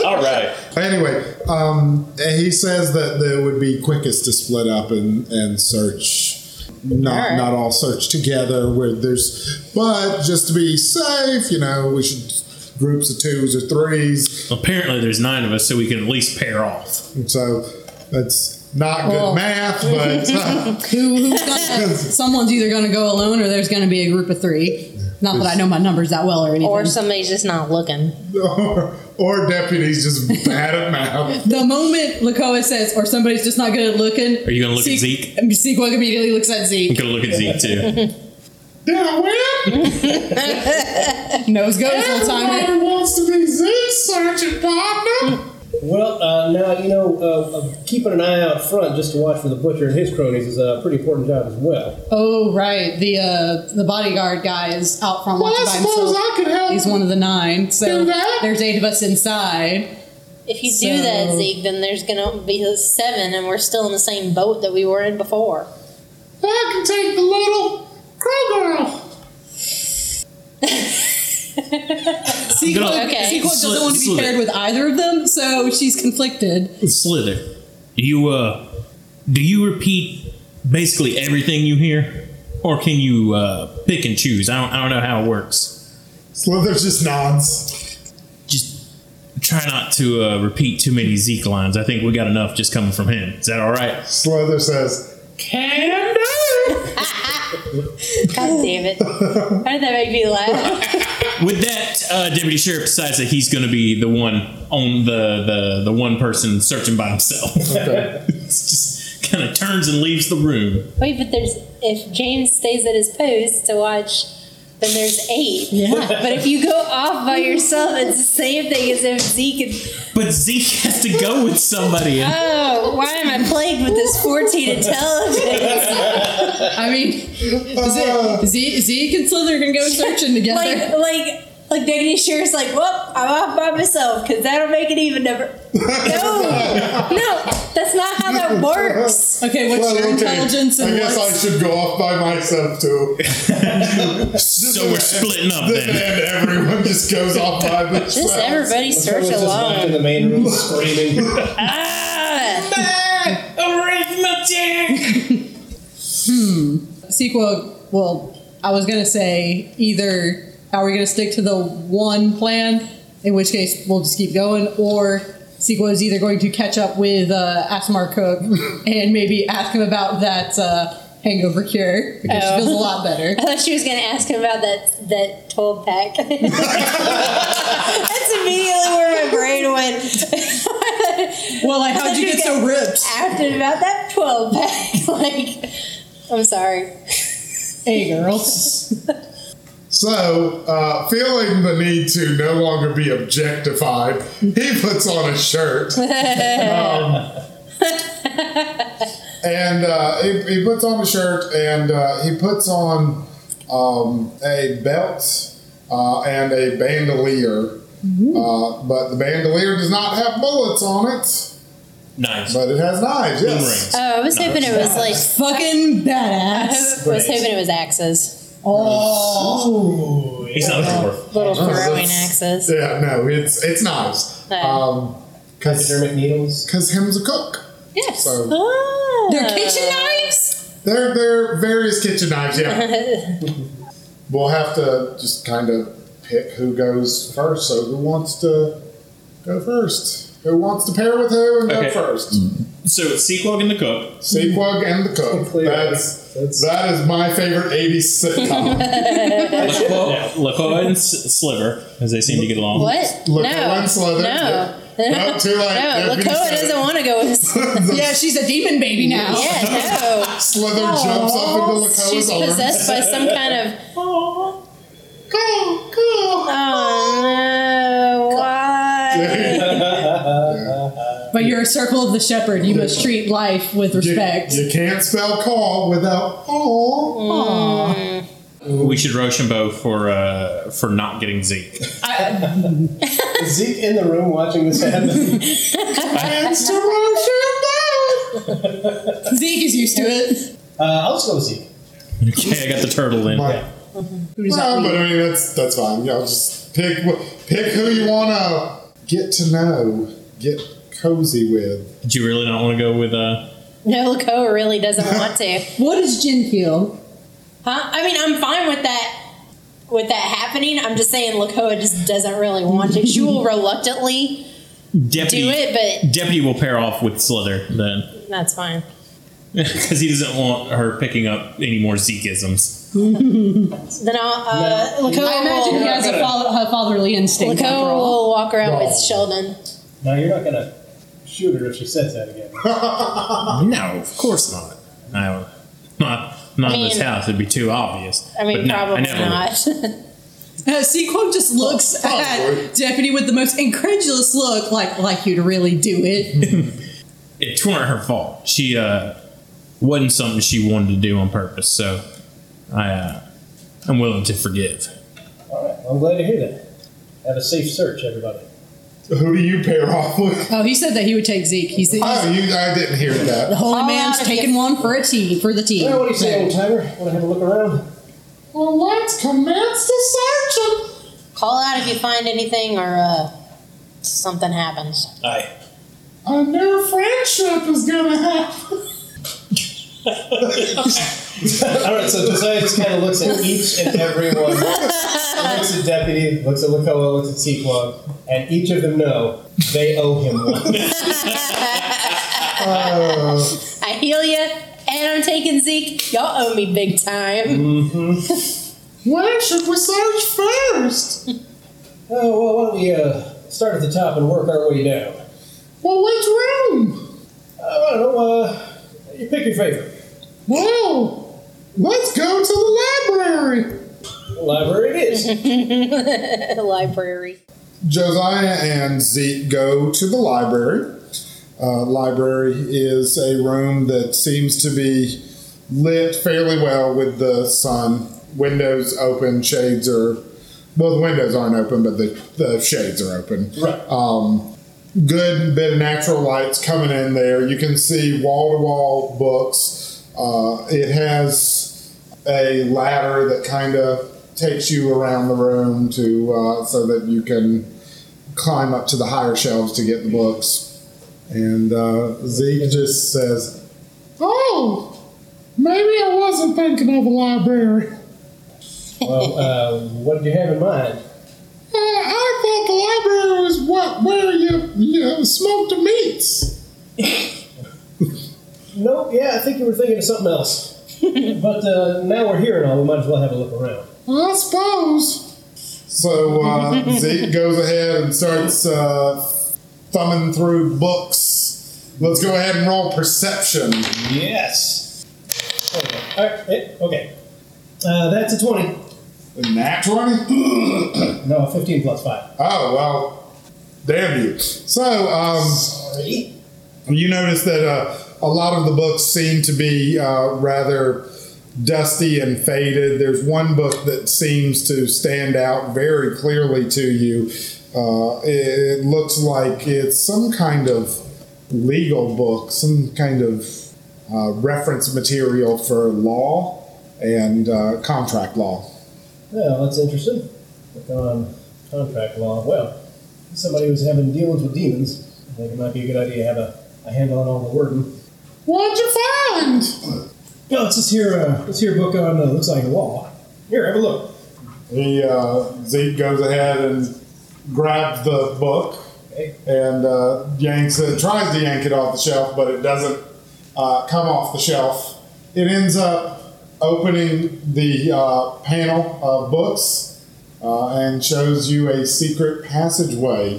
Speaker 11: All right.
Speaker 9: Anyway, um, he says that it would be quickest to split up and, and search. Not
Speaker 7: Alright.
Speaker 9: not all search together where there's, but just to be safe, you know, we should groups of twos or threes.
Speaker 4: Apparently, there's nine of us, so we can at least pair off.
Speaker 9: And so that's not good
Speaker 3: Well.
Speaker 9: math, but
Speaker 3: Who, who's gonna, someone's either going to go alone or there's going to be a group of three. Not that I know my numbers that well or anything.
Speaker 7: Or somebody's just not looking.
Speaker 9: or, or deputies just bad at math.
Speaker 3: the moment Lakoa says, or somebody's just not good at looking,
Speaker 4: Are you gonna look at Zeke?
Speaker 3: Zeke immediately looks at
Speaker 4: I'm
Speaker 3: Zeke.
Speaker 4: gonna look at Zeke too.
Speaker 1: Did I win?
Speaker 3: Nose goes, we'll time Mm, it.
Speaker 1: Everybody wants to be Zeke's sergeant partner.
Speaker 5: Well, uh, now you know uh, uh, keeping an eye out front just to watch for the butcher and his cronies is a pretty important job as well.
Speaker 3: Oh right, the uh, the bodyguard guy is out front
Speaker 1: Well,
Speaker 3: watching
Speaker 1: I
Speaker 3: by
Speaker 1: suppose
Speaker 3: himself.
Speaker 1: I could help.
Speaker 3: He's one of the nine, so
Speaker 1: Do that?
Speaker 3: there's eight of us inside.
Speaker 7: If you do that,
Speaker 3: So-
Speaker 7: Zeke, then there's gonna be seven, and we're still in the same boat that we were in before.
Speaker 1: I can take the little crow girl.
Speaker 3: Sequel,
Speaker 7: Okay.
Speaker 3: Sequel doesn't
Speaker 4: Slit-
Speaker 3: want to be
Speaker 4: slit.
Speaker 3: paired with either of them, so she's conflicted.
Speaker 4: Slither, do you uh, do you repeat basically everything you hear, or can you uh, pick and choose? I don't, I don't know how it works.
Speaker 1: Slither just nods.
Speaker 4: Just try not to uh, repeat too many Zeke lines. I think we got enough just coming from him. Is that all right?
Speaker 1: Slither says,
Speaker 4: Can
Speaker 7: God damn it! How did that make me laugh?
Speaker 4: With that, uh, Deputy Sheriff decides that he's going to be the one on the, the the one person searching by himself. it's just kind of turns and leaves the room.
Speaker 7: Wait, but there's if James stays at his post to watch, then there's eight. Yeah. But if you go off by yourself, it's the same thing as if Zeke. And,
Speaker 4: But Zeke has to go with somebody. And
Speaker 7: oh, why am I plagued with this fourteen intelligence?
Speaker 3: I mean,
Speaker 1: Uh,
Speaker 3: Ze- Ze- Zeke and Slither can go searching together.
Speaker 7: like, like, like Deputy Sheriff's like, well, I'm off by myself because that'll make it even number. No, no, that's not how that works.
Speaker 3: okay, what's
Speaker 1: well,
Speaker 3: your
Speaker 1: okay,
Speaker 3: intelligence
Speaker 1: I
Speaker 3: and
Speaker 1: guess I
Speaker 3: what's
Speaker 1: should go off by myself too.
Speaker 7: Uh,
Speaker 4: so we're splitting up
Speaker 1: and
Speaker 4: then.
Speaker 1: everyone just goes off by themselves.
Speaker 7: Just everybody search
Speaker 5: Someone's just left in
Speaker 7: alone.
Speaker 5: the main room screaming.
Speaker 7: Ah,
Speaker 4: Arithmetic!
Speaker 3: sequel? Well, I was gonna say either are we gonna stick to the one plan, in which case we'll just keep going, or sequel is either going to catch up with uh, Asmar Cook and maybe ask him about that uh, hangover cure because
Speaker 7: Oh.
Speaker 3: she feels a lot better.
Speaker 7: I thought she was gonna ask him about that that twelve pack. That's immediately where my brain went.
Speaker 3: Well, like how'd you get so ripped?
Speaker 7: Asked him about that twelve pack. Like, I'm sorry.
Speaker 3: Hey, girls.
Speaker 1: So, uh, feeling the need to no longer be objectified, he puts on a shirt. Um, and uh, he, he puts on a shirt and uh, he puts on um, a belt uh, and a bandolier. Uh, but the bandolier does not have bullets on it,
Speaker 4: Nice.
Speaker 1: but it has knives. Yes.
Speaker 4: Boomerangs.
Speaker 7: Oh, I was hoping it was like.
Speaker 3: Fucking
Speaker 7: I
Speaker 3: badass.
Speaker 7: ho- was hoping it was axes,
Speaker 3: Oh.
Speaker 5: Ooh,
Speaker 4: He's not looking for
Speaker 7: little
Speaker 1: Oh, that's-
Speaker 7: throwing axes.
Speaker 1: Yeah, no, it's it's knives.
Speaker 7: Oh.
Speaker 1: Because
Speaker 5: Dermot needles.
Speaker 1: him's a cook.
Speaker 7: Yes.
Speaker 1: So-
Speaker 7: Ah.
Speaker 3: They're kitchen knives?
Speaker 1: There, there are various kitchen knives, yeah. we'll have to just kind of pick who goes first. So, who wants to go first? Who wants to pair with who and
Speaker 4: Okay.
Speaker 1: go first?
Speaker 4: So it's Sequog and the cook.
Speaker 1: Seaquag and the cook.
Speaker 5: Clear.
Speaker 1: That's, that is my favorite 80s sitcom.
Speaker 4: Lacoa Lacoa Oh, and S- Sliver, as they seem to get along.
Speaker 7: What?
Speaker 1: Look,
Speaker 7: no.
Speaker 1: one slither.
Speaker 7: No.
Speaker 1: No, too late.
Speaker 7: No,
Speaker 1: Deputy
Speaker 7: Lakoa
Speaker 1: said it.
Speaker 7: doesn't want to go with.
Speaker 3: Yeah, she's a demon baby now.
Speaker 7: Yeah, no.
Speaker 1: Slither jumps up into
Speaker 7: She's
Speaker 1: Lakoa's
Speaker 7: possessed
Speaker 1: arms.
Speaker 7: by some kind of.
Speaker 1: Cool, cool.
Speaker 7: Oh no! Why?
Speaker 3: But you're a circle of the shepherd. You must treat life with
Speaker 1: You,
Speaker 3: respect.
Speaker 1: you can't spell call without aw.
Speaker 3: Aw.
Speaker 4: We should Rochambeau for uh, for not getting Zeke.
Speaker 3: I,
Speaker 5: Is Zeke in the room watching this happen?
Speaker 1: Hands to Rochambeau.
Speaker 3: Zeke is used to it.
Speaker 5: uh, I'll just go with Zeke.
Speaker 4: Okay, I got the turtle in.
Speaker 1: My-
Speaker 3: Who does that
Speaker 1: Well, but
Speaker 3: mean?
Speaker 1: I mean that's that's fine. Y'all just pick wh- pick who you wanna get to know, get cozy with.
Speaker 4: Do you really not want to go with uh?
Speaker 7: No, Lakoa really doesn't want to.
Speaker 3: What does Jin feel?
Speaker 7: Huh? I mean, I'm fine with that. With that happening, I'm just saying Lakoa just doesn't really want to. She will reluctantly
Speaker 4: Deputy
Speaker 7: do it,
Speaker 4: Deputy will pair off with Slither then,
Speaker 7: but that's fine.
Speaker 4: because he doesn't want her picking up any more Zekeisms.
Speaker 7: Then I'll uh, Lakoa
Speaker 3: I imagine he
Speaker 7: will.
Speaker 3: has a father, a fatherly instinct.
Speaker 7: Lakoa
Speaker 3: after all.
Speaker 7: will walk around with
Speaker 1: No.
Speaker 7: Sheldon.
Speaker 5: Now you're not gonna shoot her if she says that again.
Speaker 4: No, of course not. I don't. Not Not
Speaker 7: I
Speaker 4: in this
Speaker 7: mean-
Speaker 4: house. It'd be too obvious.
Speaker 7: I mean,
Speaker 4: But no,
Speaker 7: probably
Speaker 4: never-
Speaker 7: not.
Speaker 3: Uh, Sequoia just looks at Deputy with the most incredulous look, like like you to really do it.
Speaker 4: It weren't her fault. She uh, wasn't something she wanted to do on purpose. So I, uh, I'm willing to forgive.
Speaker 5: All right. Well, I'm glad to hear that. Have a safe search, everybody.
Speaker 9: Who do you pair off with?
Speaker 3: oh, he said that he would take Zeke. He's, he's
Speaker 9: Oh,
Speaker 3: the
Speaker 9: you, I didn't hear that.
Speaker 3: holy
Speaker 7: All
Speaker 3: man's
Speaker 7: out of
Speaker 3: taking
Speaker 7: you.
Speaker 3: one for a team for the team.
Speaker 5: Well, what do you say, old timer? Want to have a look around?
Speaker 6: Well, let's commence the search.
Speaker 7: Call out if you find anything or uh, something happens.
Speaker 12: Aye.
Speaker 9: A new friendship is gonna happen.
Speaker 5: All right. So Josiah just kind of looks at each and every one. looks at deputy. Looks at Lakoa. Looks at Sequog, and each of them know they owe him one.
Speaker 7: I heal you, and I'm taking Zeke. Y'all owe me big time.
Speaker 9: Where should we search first?
Speaker 5: Oh well, why don't we uh, start at the top and work our way down?
Speaker 9: Well, which room?
Speaker 5: Uh, I don't know. Uh, you pick your favorite.
Speaker 9: Well, let's go to the library.
Speaker 5: Library it is.
Speaker 7: Library.
Speaker 9: Josiah and Zeke go to the library. Uh, library is a room that seems to be lit fairly well with the sun. Windows open, shades are well, the windows aren't open, but the, the shades are open. Um,
Speaker 5: Right.
Speaker 9: Good bit of natural lights coming in there. You can see wall to wall books. Uh, it has a ladder that kind of takes you around the room to uh, so that you can climb up to the higher shelves to get the books. And uh, Zeke just says, "Oh, maybe I wasn't thinking of a library."
Speaker 5: well, uh, what did you have in mind?
Speaker 9: Uh, I thought the library was what where you you smoked the meats.
Speaker 5: Nope, yeah, I think you were thinking of something else. but uh, now we're here and all, we might as well have a look around.
Speaker 9: I suppose. So uh, Zeke goes ahead and starts uh, thumbing through books. Let's go ahead and roll perception.
Speaker 5: Yes! Alright, eh, okay. Uh, that's a 20.
Speaker 9: Nat twenty.
Speaker 5: No, 15 plus 5.
Speaker 9: Oh well, damn you. So um,
Speaker 5: Sorry.
Speaker 9: You notice that uh, a lot of the books seem to be uh, rather dusty and faded. There's one book that seems to stand out very clearly to you. Uh, it, it looks like it's some kind of legal book, some kind of uh, reference material for law and uh, contract law.
Speaker 5: Well, that's interesting. Look on contract law. Well, somebody who's having dealings with demons, I think it might be a good idea to have a, a handle on all the wording.
Speaker 9: What'd you find?
Speaker 5: No, it's this here, uh, this here book on, uh, looks like a law. Here, have a look.
Speaker 9: He uh, Zeke goes ahead and grabs the book
Speaker 5: Okay.
Speaker 9: and uh, yanks it. Tries to yank it off the shelf, but it doesn't uh, come off the shelf. It ends up opening the uh, panel of books uh, and shows you a secret passageway.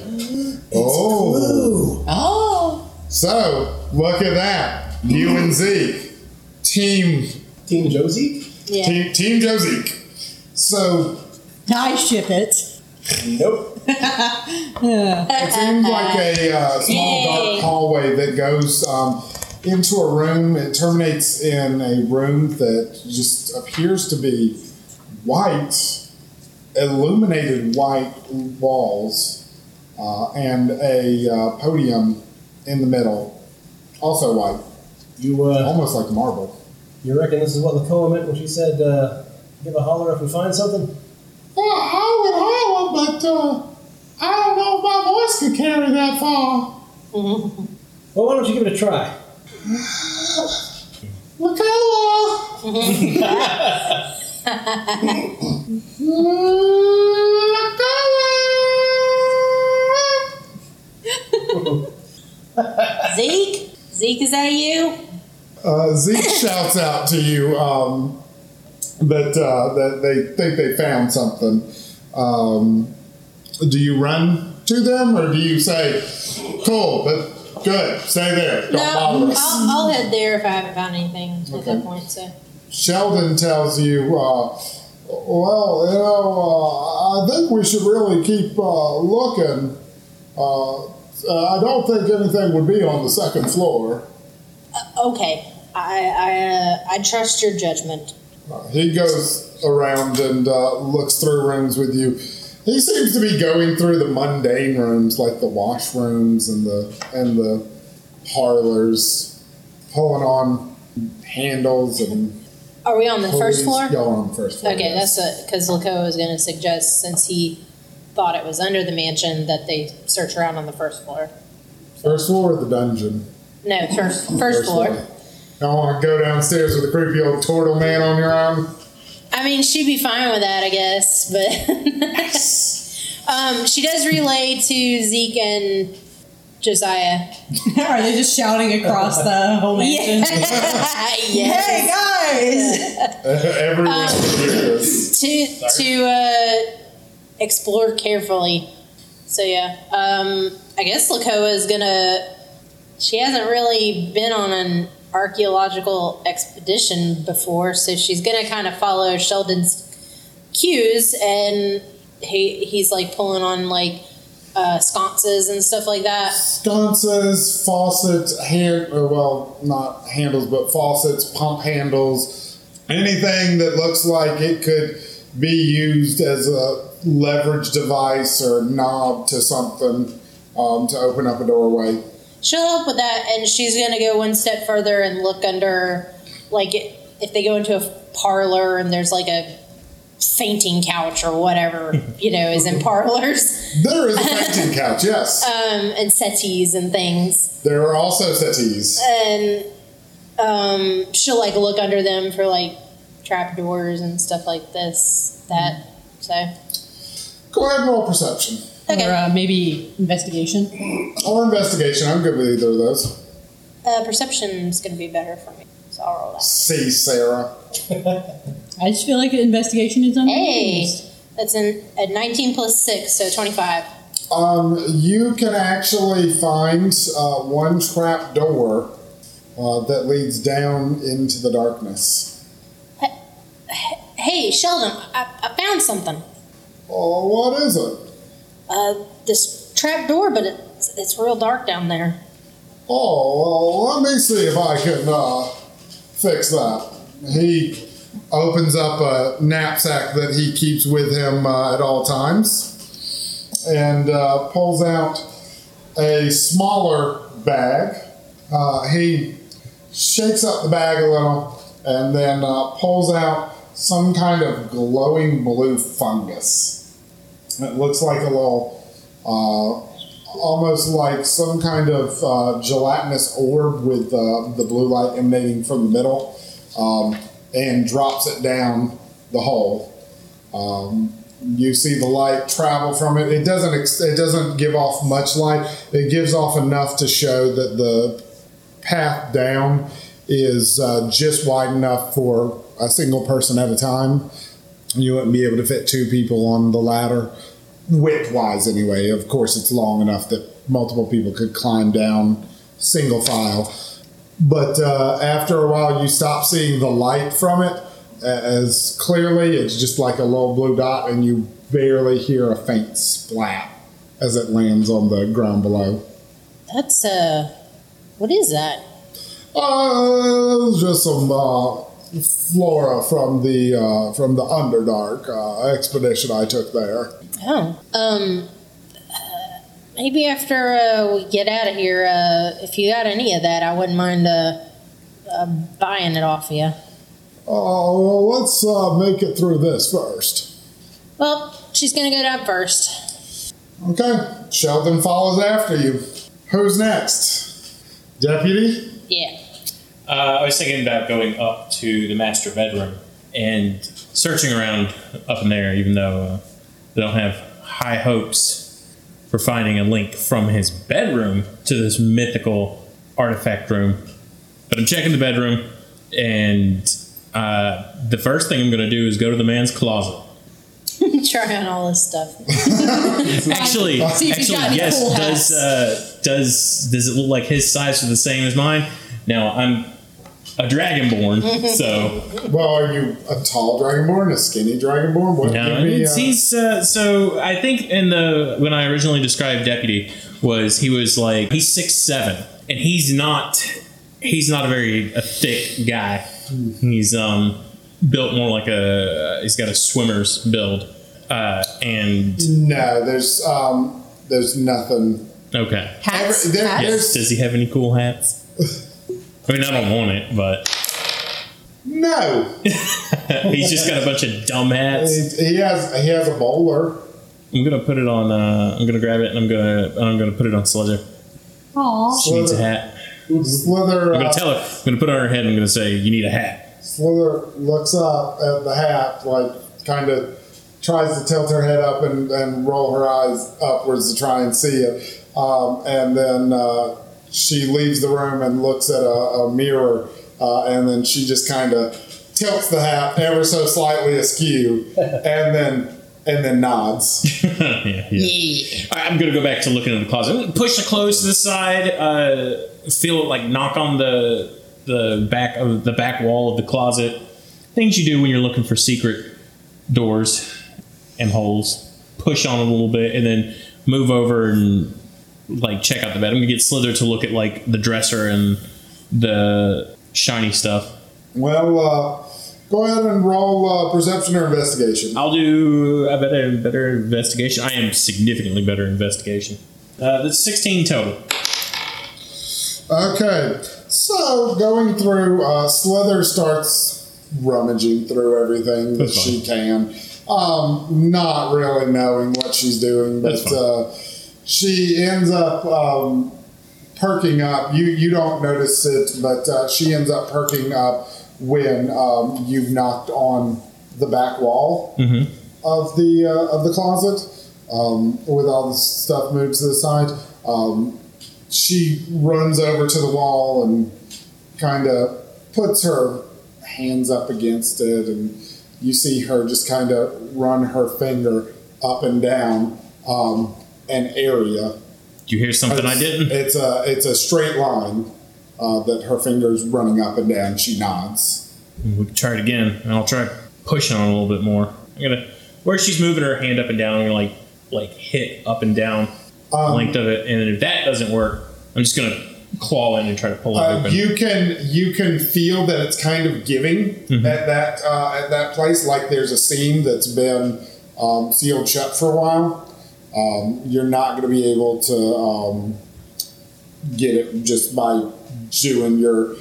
Speaker 9: oh,
Speaker 7: Oh,
Speaker 9: so look at that! You and Zeke, team,
Speaker 5: Team Josie?
Speaker 7: yeah.
Speaker 9: team, team Joe Zeke. So
Speaker 3: I ship it.
Speaker 5: Nope.
Speaker 9: It seems like a uh, small dark hallway that goes um, into a room. It terminates in a room that just appears to be white, illuminated white walls, uh, and a uh, podium in the middle, also white,
Speaker 5: You uh,
Speaker 9: almost like marble.
Speaker 5: You reckon this is what Lakoa meant when she said, uh, give a holler if we find something?
Speaker 9: Well, I would holler, but uh, I don't know if my voice could carry that far.
Speaker 5: Well, why don't you give it a try?
Speaker 9: Look out!
Speaker 7: Zeke? Zeke, is that you?
Speaker 9: Uh, Zeke shouts out to you um, that uh, that they think they found uh, something. Um, do you run to them or do you say, "Cool, but good, stay there, don't
Speaker 7: No,
Speaker 9: bother us"?
Speaker 7: I'll, I'll head there if I haven't found anything at
Speaker 9: Okay.
Speaker 7: that point. So
Speaker 9: Sheldon tells you, uh, well, you know, uh, I think we should really keep uh, looking. Uh, I don't think anything would be on the second floor.
Speaker 7: Okay, I I, uh, I trust your judgment.
Speaker 9: Uh, He goes around and uh, looks through rooms with you. He seems to be going through the mundane rooms, like the washrooms and the and the parlors, pulling on handles and.
Speaker 7: Are we on the first
Speaker 9: pulleys.
Speaker 7: floor?
Speaker 9: Y'all are on the first floor.
Speaker 7: Okay,
Speaker 9: yes.
Speaker 7: that's what because Lakoa was going to suggest since he thought it was under the mansion that they search around on the first floor.
Speaker 9: first floor of the dungeon.
Speaker 7: No, first first floor.
Speaker 9: Y'all want to go downstairs with a creepy old turtle man on your arm?
Speaker 7: I mean, she'd be fine with that, I guess. But um, she does relay to Zeke and Josiah.
Speaker 3: Are they just shouting across the whole mansion?
Speaker 7: yes.
Speaker 3: Hey guys!
Speaker 9: Everyone can hear this.
Speaker 7: to to uh, explore carefully. So yeah, um, I guess Lakoa is gonna. She hasn't really been on an archaeological expedition before, so she's gonna kind of follow Sheldon's cues, and he he's like pulling on like uh, sconces and stuff like that.
Speaker 9: Sconces, faucets, hand, or well, not handles, but faucets, pump handles, anything that looks like it could be used as a leverage device or knob to something um, to open up a doorway.
Speaker 7: She'll help with that, and she's gonna go one step further and look under, like it, if they go into a parlor and there's like a fainting couch or whatever you know is in parlors,
Speaker 9: There is a fainting couch, yes.
Speaker 7: um, and settees and things,
Speaker 9: there are also settees.
Speaker 7: uh, and um, she'll like look under them for like trapdoors and stuff like this, that. So
Speaker 9: Go ahead and roll perception.
Speaker 7: Okay.
Speaker 3: Or uh, maybe investigation.
Speaker 9: Or investigation. I'm good with either of those.
Speaker 7: uh, perception's gonna be better for me, so I'll roll that.
Speaker 9: See, Sarah.
Speaker 3: I just feel like investigation is
Speaker 7: Hey,
Speaker 3: underused.
Speaker 7: that's an a nineteen plus six, so twenty five.
Speaker 9: Um, you can actually find uh, one trap door uh, that leads down into the darkness.
Speaker 7: Hey, Sheldon, I, I found something.
Speaker 9: Oh, what is it?
Speaker 7: Uh, this trap door, but it's, it's real dark down there.
Speaker 9: Oh, well, let me see if I can uh, fix that. He opens up a knapsack that he keeps with him uh, at all times and uh, pulls out a smaller bag. Uh, he shakes up the bag a little and then uh, pulls out some kind of glowing blue fungus. It looks like a little. Uh, almost like some kind of uh, gelatinous orb with uh, the blue light emanating from the middle um, and drops it down the hole. Um, you see the light travel from it. It doesn't. Ex- it doesn't give off much light. It gives off enough to show that the path down is uh, just wide enough for a single person at a time. You wouldn't be able to fit two people on the ladder, width wise, anyway. Of course, it's long enough that multiple people could climb down single file. But uh, after a while, you stop seeing the light from it as clearly. It's just like a little blue dot, and you barely hear a faint splat as it lands on the ground below.
Speaker 7: That's, uh, what is that?
Speaker 9: Uh, just some uh, flora from the uh, from the Underdark uh, expedition I took there.
Speaker 7: Oh. Um, uh, maybe after uh, we get out of here, uh, if you got any of that, I wouldn't mind uh, uh, buying it off of you.
Speaker 9: Oh, well, let's uh, make it through this first.
Speaker 7: Well, she's gonna go down first.
Speaker 9: Okay, Sheldon follows after you. Who's next? Deputy?
Speaker 7: Yeah.
Speaker 4: Uh, I was thinking about going up to the master bedroom and searching around up in there, even though uh, I don't have high hopes for finding a link from his bedroom to this mythical artifact room. But I'm checking the bedroom, and uh, the first thing I'm going to do is go to the man's closet.
Speaker 7: Try on all this stuff.
Speaker 4: Actually,
Speaker 3: See if he's
Speaker 4: actually,
Speaker 3: got any
Speaker 4: yes.
Speaker 3: cool hats.
Speaker 4: does uh, does does it look like his size are the same as mine? No, I'm a
Speaker 3: Mm-hmm.
Speaker 4: dragonborn, so
Speaker 1: Well, are you a tall dragonborn, a skinny dragonborn? What?
Speaker 4: No,
Speaker 1: give me,
Speaker 4: it's,
Speaker 1: uh,
Speaker 4: he's uh, so I think in the when I originally described deputy was he was like he's six seven and he's not he's not a very a thick guy. He's um built more like a he's got a swimmer's build uh, and
Speaker 1: no, there's um, there's nothing.
Speaker 4: okay.
Speaker 1: Every- there-
Speaker 4: Yes.
Speaker 1: there's
Speaker 4: Does he have any cool hats? I mean, I don't want it, but
Speaker 1: no.
Speaker 4: he's just got a bunch of dumb hats.
Speaker 1: It- he has he has a bowler.
Speaker 4: I'm gonna put it on. Uh, I'm gonna grab it and I'm gonna I'm gonna put it on Sledger. She needs a hat.
Speaker 1: Slither,
Speaker 4: I'm
Speaker 1: uh,
Speaker 4: gonna tell her. I'm gonna put it on her head. and I'm gonna say, "You need a hat."
Speaker 1: Slither looks up at the hat, like kind of tries to tilt her head up and, and roll her eyes upwards to try and see it, um, and then uh, she leaves the room and looks at a, a mirror, uh, and then she just kind of tilts the hat ever so slightly askew, and then and then nods.
Speaker 4: yeah, yeah. All right, I'm gonna go back to looking in the closet. I'm gonna push the clothes to the side. Uh, feel it like knock on the the back of the back wall of the closet. Things you do when you're looking for secret doors and holes. Push on a little bit and then move over and like check out the bed. I'm gonna get Slither to look at like the dresser and the shiny stuff.
Speaker 1: Well, uh, go ahead and roll uh, perception or investigation.
Speaker 4: I'll do a better better investigation. I am significantly better investigation. Uh, that's 16 total.
Speaker 1: Okay, so going through, uh, Slither starts rummaging through everything that
Speaker 4: That's fine.
Speaker 1: she can, um, not really knowing what she's doing,
Speaker 4: That's
Speaker 1: but
Speaker 4: fine.
Speaker 1: uh, she ends up um, perking up. You you don't notice it, but uh, she ends up perking up when um, you've knocked on the back wall
Speaker 4: Mm-hmm.
Speaker 1: of the uh, of the closet um, with all the stuff moved to the side. Um, she runs over to the wall and kind of puts her hands up against it, and you see her just kind of run her finger up and down um, an area.
Speaker 4: Did you hear something I didn't?
Speaker 1: It's a it's a straight line uh, that her fingers running up and down. She nods.
Speaker 4: We can try it again, and I'll try pushing on a little bit more. I'm gonna where she's moving her hand up and down. I'm gonna like like hit up and down the
Speaker 1: Um,
Speaker 4: length of it, and if that doesn't work, I'm just gonna claw in and try to pull it
Speaker 1: Uh,
Speaker 4: open.
Speaker 1: you can you can feel that it's kind of giving
Speaker 4: Mm-hmm.
Speaker 1: at that uh, at that place. Like there's a seam that's been um, sealed shut for a while. Um, you're not going to be able to um, get it just by doing your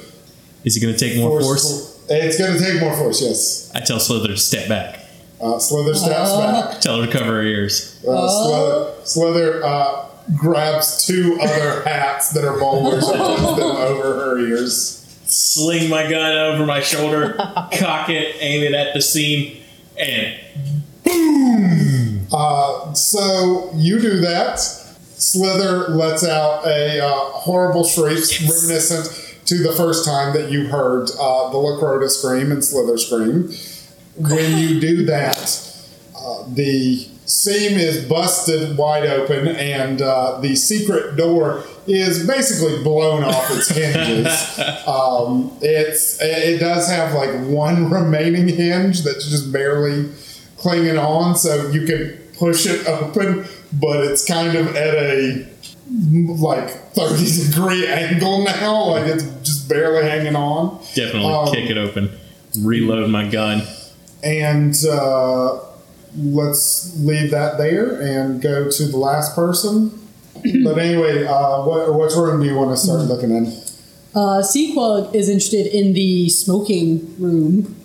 Speaker 4: Is it gonna take more force?
Speaker 1: It's going to take more force. Yes,
Speaker 4: I tell Slither to step back.
Speaker 1: uh, Slither steps back.
Speaker 4: Tell her to cover her ears.
Speaker 1: Uh, Slither, Slither uh, grabs two other hats that are boulders and puts them over her ears.
Speaker 4: Sling my gun over my shoulder, cock it, aim it at the seam, and
Speaker 1: So you do that. Slither lets out a uh, horrible shriek, reminiscent to the first time that you heard uh, the Lacrota scream and Slither scream. When you do that, uh, the seam is busted wide open, and uh, the secret door is basically blown off its hinges. um, it's it does have like one remaining hinge that's just barely clinging on, so you can push it open, but it's kind of at a like 30 degree angle now, like it's just barely hanging on.
Speaker 4: Definitely
Speaker 1: Um,
Speaker 4: kick it open. Reload my gun.
Speaker 1: And uh, let's leave that there and go to the last person. but anyway, uh, what, what room do you want to start looking in?
Speaker 3: Uh, Seaquag is interested in the smoking room.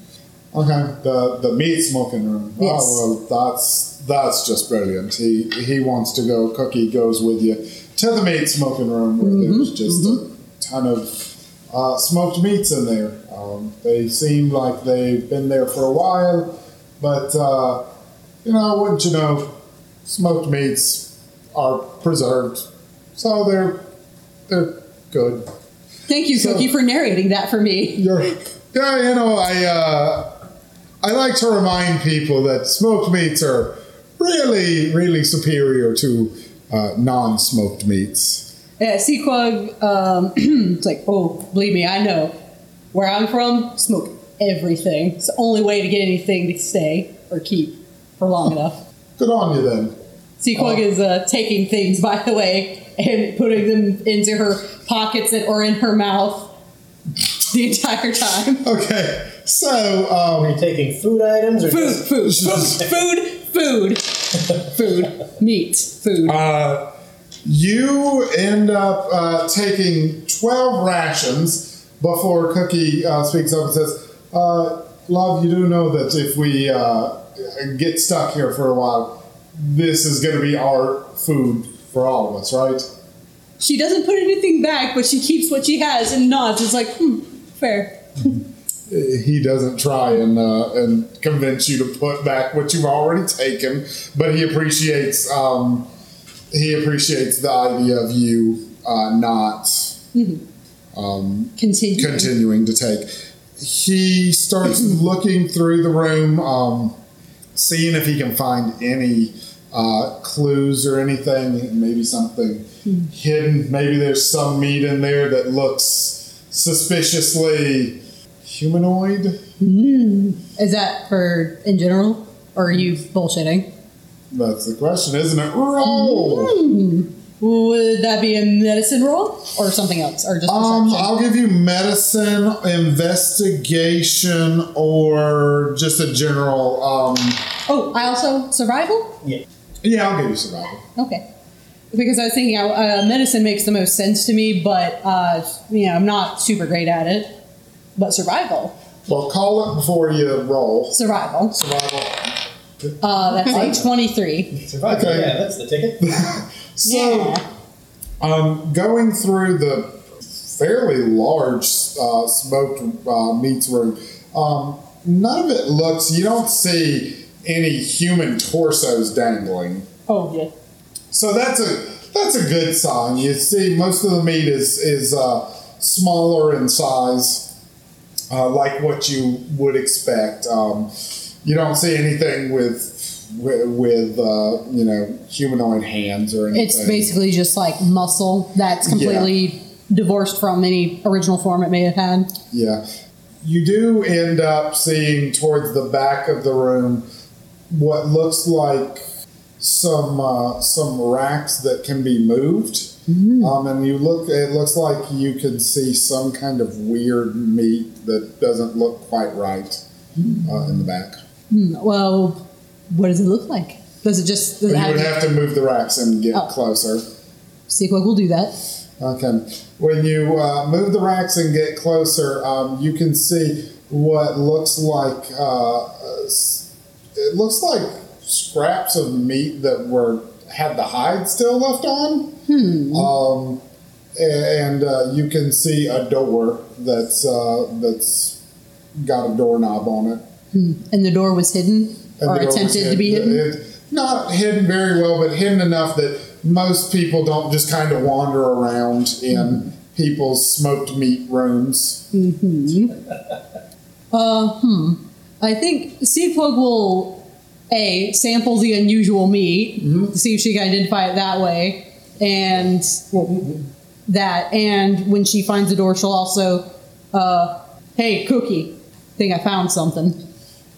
Speaker 1: Okay, the the meat smoking room.
Speaker 3: Yes.
Speaker 1: Oh well, that's that's just brilliant. He he wants to go. Cookie goes with you to the meat smoking room where there's just a ton of uh, smoked meats in there. Um, they seem like they've been there for a while, but uh, you know, wouldn't you know, smoked meats are preserved, so they're they're good.
Speaker 3: Thank you,
Speaker 1: So-
Speaker 3: Cookie, for narrating that for me.
Speaker 1: You're, yeah, you know, I uh, I like to remind people that smoked meats are really, really superior to uh, non-smoked meats.
Speaker 3: Uh, Yeah, Seaquag, um, it's like, oh, believe me, I know. Where I'm from, smoke everything. It's the only way to get anything to stay or keep for long enough.
Speaker 1: Good on you then.
Speaker 3: Sequog is uh, taking things, by the way, and putting them into her pockets and, or in her mouth the entire time.
Speaker 1: Okay, so um,
Speaker 5: Are you taking food items or
Speaker 3: Food,
Speaker 5: just-
Speaker 3: food, food, food, food, food, meat, food.
Speaker 1: uh, you end up uh, taking twelve rations before Cookie uh, speaks up and says, uh, "Love, you do know that if we uh, get stuck here for a while, this is going to be our food for all of us, right?"
Speaker 3: She doesn't put anything back, but she keeps what she has and nods. It's like, hmm, fair.
Speaker 1: he doesn't try and uh, and convince you to put back what you've already taken, but he appreciates um, he appreciates the idea of you uh, not
Speaker 3: Continue.
Speaker 1: continuing to take. He starts looking through the room, um, seeing if he can find any uh, clues or anything, maybe something hidden. Maybe there's some meat in there that looks suspiciously humanoid.
Speaker 3: Is that for in general, or are you bullshitting?
Speaker 1: That's the question, isn't it? Roll.
Speaker 3: Would that be a medicine roll or something else, or just
Speaker 1: Um,
Speaker 3: perception?
Speaker 1: I'll give you medicine, investigation, or just a general. Um,
Speaker 3: oh, I also survival.
Speaker 1: yeah, I'll give you survival.
Speaker 3: Okay, because I was thinking uh, medicine makes the most sense to me, but uh, you know I'm not super great at it. But survival,
Speaker 1: Well, call it before you roll.
Speaker 3: survival.
Speaker 1: Survival.
Speaker 3: Uh, that's a twenty-three.
Speaker 5: Survival.
Speaker 1: Okay.
Speaker 5: Yeah, that's the ticket.
Speaker 1: So, um, going through the fairly large uh, smoked uh, meats room, um, none of it looks. You don't see any human torsos dangling.
Speaker 3: Oh yeah.
Speaker 1: So that's a that's a good sign. You see, most of the meat is is uh, smaller in size, uh, like what you would expect. Um, you don't see anything with with, with uh, you know humanoid hands or anything.
Speaker 3: It's basically just like muscle that's completely divorced from any original form it may have had.
Speaker 1: Yeah. You do end up seeing towards the back of the room what looks like some uh, some racks that can be moved. Um, and you look it looks like you can see some kind of weird meat that doesn't look quite right uh, in the back.
Speaker 3: Well, what does it look like? Does it just does
Speaker 1: But you
Speaker 3: it have
Speaker 1: would have to move the racks and get
Speaker 3: Oh.
Speaker 1: closer.
Speaker 3: Sequel will do that.
Speaker 1: Okay. When you uh, move the racks and get closer, um, you can see what looks like uh, uh, s- it looks like scraps of meat that were had the hide still left on. Um, a- and uh, you can see a door that's uh, that's got a doorknob on it.
Speaker 3: And the door was hidden
Speaker 1: And
Speaker 3: or
Speaker 1: the door was
Speaker 3: attempted to be hidden.
Speaker 1: It- not hidden very well, but hidden enough that most people don't just kind of wander around
Speaker 3: Hmm.
Speaker 1: in people's smoked meat rooms.
Speaker 3: Uh, hmm. I think Sequel will a sample the unusual meat,
Speaker 1: Mm-hmm.
Speaker 3: see if she can identify it that way, and that. And when she finds the door, she'll also, uh, hey, Cookie, think I found something.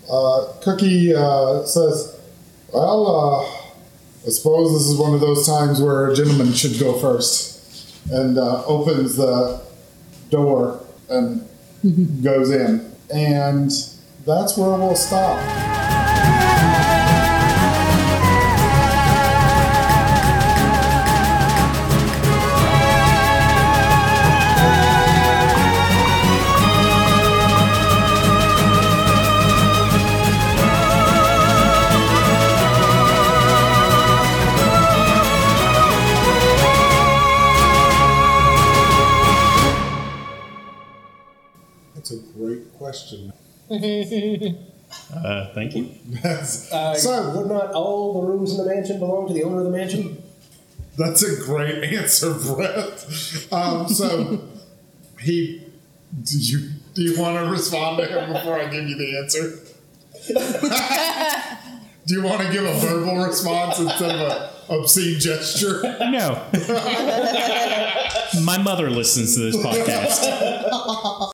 Speaker 1: Uh, Cookie uh, says, Well, uh, I suppose this is one of those times where a gentleman should go first. And uh, opens the door and goes in. And that's where we'll stop. That's a great question.
Speaker 4: Uh, thank you.
Speaker 1: That's,
Speaker 5: Uh,
Speaker 1: so,
Speaker 5: would not all the rooms in the mansion belong to the owner of the mansion?
Speaker 1: That's a great answer, Brett. Um, so he, do you do you want to respond to him before I give you the answer? do you want to give a verbal response instead of an obscene gesture?
Speaker 4: No. My mother listens to this podcast.